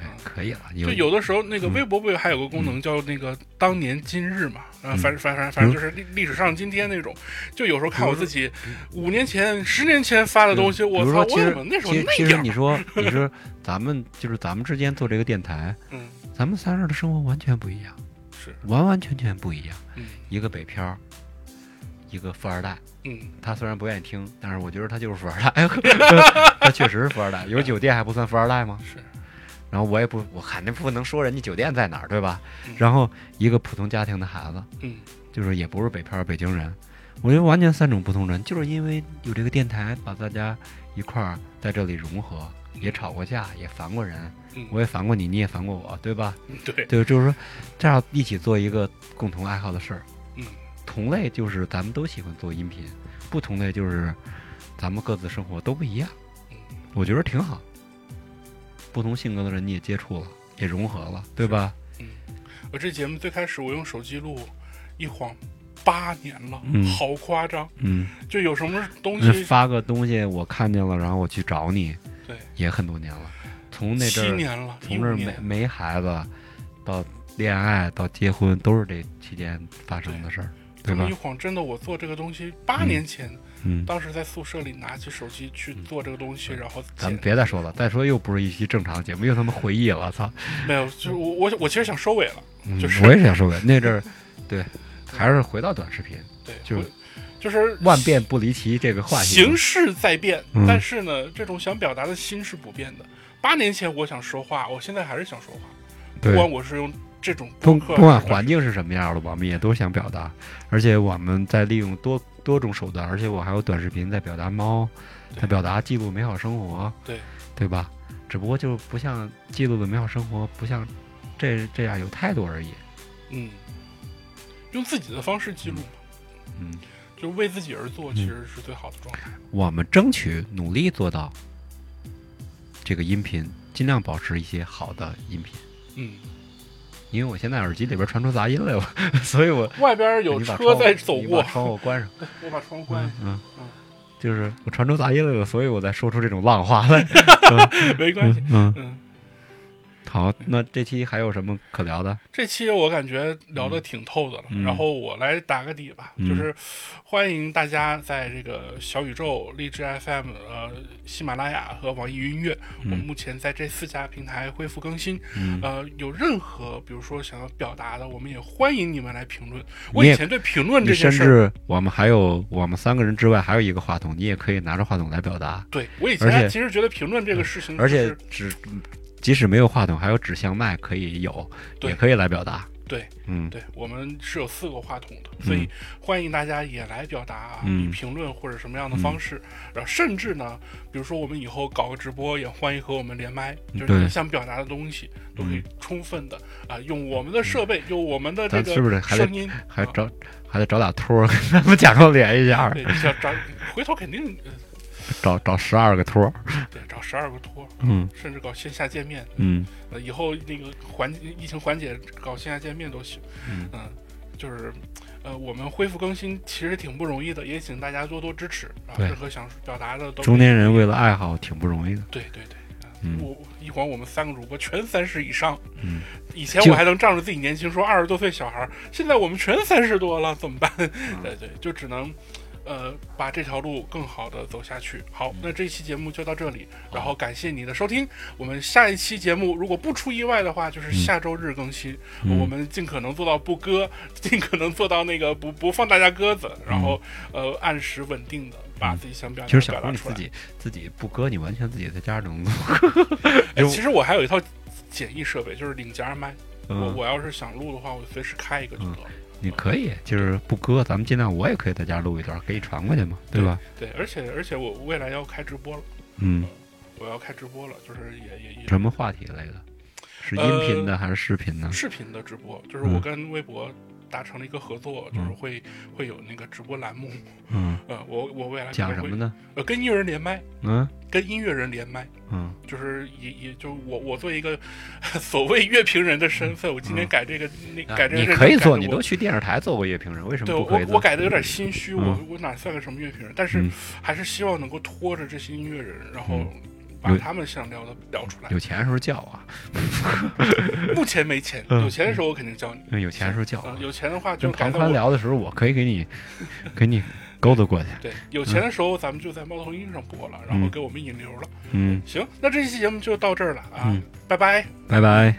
嗯，可以了，就有的时候，嗯那个微博不也还有个功能叫那个“当年今日”嘛？嗯啊，反反反反正就是历历史上今天那种。就有时候看我自己五年前、十年前发的东西，嗯比我如操，说，我其实怎么那时候其实那其实样你？说你说咱们就是咱们之间做这个电台，嗯，咱们三人的生活完全不一样，是，完完全全不一样。嗯一个北漂儿，一个富二代。嗯，他虽然不愿意听，但是我觉得他就是富二代， 他确实是富二代。有酒店还不算富二代吗？是。然后我也不，我肯定不能说人家酒店在哪儿，对吧嗯？然后一个普通家庭的孩子，嗯，就是也不是北漂儿北京人，我觉得完全三种不同人，就是因为有这个电台把大家一块儿在这里融合，也吵过架，也烦过人嗯，我也烦过你，你也烦过我，对吧？对，对，就是说这样一起做一个共同爱好的事儿。嗯，同类就是咱们都喜欢做音频，不同类就是咱们各自生活都不一样，嗯我觉得挺好。不同性格的人你也接触了，也融合了，对吧？我这节目最开始我用手机录，一晃八年了，嗯好夸张！嗯。就有什么东那西发个东西我看见了，然后我去找你，对，也很多年了，从那七阵儿，年了，一从这五儿没年，没孩子到恋爱到结婚，都是这期间发生的事儿，这对么吧一？晃，真的，我做这个东西八年前，嗯，当时在宿舍里拿起手机去做这个东西，然后咱们剪。别再说了，再说又不是一期正常节目，又他妈回忆了，操！ 没有，就是我我我其实想收尾了，嗯就是我也想说，那阵儿，对，还是回到短视频，对，就我就是万变不离其这个话题。形势在变，嗯但是呢，这种想表达的心是不变的。八年前我想说话，我现在还是想说话，不对管我是用这种不播客，不管环境是什么样的，我们也都想表达，而且我们在利用多多种手段，而且我还有短视频在表达猫，对在表达记录美好生活，对对吧？只不过就不像记录的美好生活，不像这这样有态度而已。嗯，用自己的方式记录，嗯，就为自己而做，其实是最好的状态。我们争取努力做到这个音频，尽量保持一些好的音频。嗯，因为我现在耳机里边传出杂音来了，所以我 外边有哎你把车窗户在走你过把，窗户关上。我把窗户 关上，嗯嗯，就是我传出杂音来了，所以我才说出这种浪话来。没关系嗯。嗯，嗯，好，那这期还有什么可聊的？这期我感觉聊得挺透的了，嗯然后我来打个底吧，嗯就是欢迎大家在这个小宇宙、荔枝 FM、呃喜马拉雅和网易云音乐，嗯我们目前在这四家平台恢复更新。嗯，呃，有任何比如说想要表达的，我们也欢迎你们来评论。你我也以前对评论你这件甚事儿，至我们还有我们三个人之外还有一个话筒，你也可以拿着话筒来表达，对我以而前且其实觉得评论这个事情、就而且是只即使没有话筒，还有指向麦可以有，对也可以来表达。对嗯，对，我们是有四个话筒的，所以欢迎大家也来表达啊，嗯以评论或者什么样的方式，然后甚至呢，比如说我们以后搞个直播，也欢迎和我们连麦，就是对嗯你想表达的东西都可以充分的啊，用我们的设备，用我们的这咱个是不是还得声音，还啊找还得找俩托儿跟他们假装连一下，对，想找回头肯定呃找找十二个托儿。得找十二个托，嗯甚至搞线下见面，嗯，呃，以后那个缓疫情缓解，搞线下见面都行。嗯就是呃，我们恢复更新其实挺不容易的，也请大家多多支持啊。对任何想表达的都中年人为了爱好挺不容易的。对对对。啊嗯我一晃我们三个主播全三十以上，嗯以前就我还能仗着自己年轻说二十多岁小孩儿，现在我们全三十多了，怎么办？嗯对对，就只能，呃，把这条路更好的走下去。好，那这期节目就到这里，然后感谢你的收听。我们下一期节目如果不出意外的话，就是下周日更新。嗯我们尽可能做到不割，尽可能做到那个不不放大家鸽子，然后、呃按时稳定的把自己想表达、嗯其实小表时候达你出自来。己自己不割，你完全自己在家能。哎，就其实我还有一套简易设备，就是领夹麦。我嗯，我要是想录的话，我随时开一个就得了。你可以就是不割，咱们尽量我也可以在家录一段，可以传过去嘛，对吧？对，而且而且我未来要开直播了，嗯，我要开直播了，就是也也也什么话题类的？是音频呃的还是视频的？视频的直播，就是嗯我跟微博达成了一个合作，就是嗯会会有那个直播栏目。嗯，呃，我我未来可讲能什会么呢？呃跟音乐人连麦，嗯跟音乐人连麦。嗯就是也也就我我作为一个 所谓乐评人的身份，我今天嗯改这个那啊改这个你认可以真做，改你得我都去电视台做过乐评人，为什对么我不可以做？我改的有点心虚，我嗯我哪算个什么乐评人？但是嗯还是希望能够拖着这些音乐人，然后嗯把有他们想聊的聊出来。有钱的时候叫啊，目前没钱，嗯有钱的时候我肯定教你。嗯有钱的时候叫啊啊，。有钱的话就跟改庞到宽我聊的时候，我可以给你给你勾搭过去。对，有嗯钱的时候咱们就在猫头鹰上播了，然后给我们引流了。嗯，行，那这期节目就到这儿了啊嗯，拜拜。拜拜。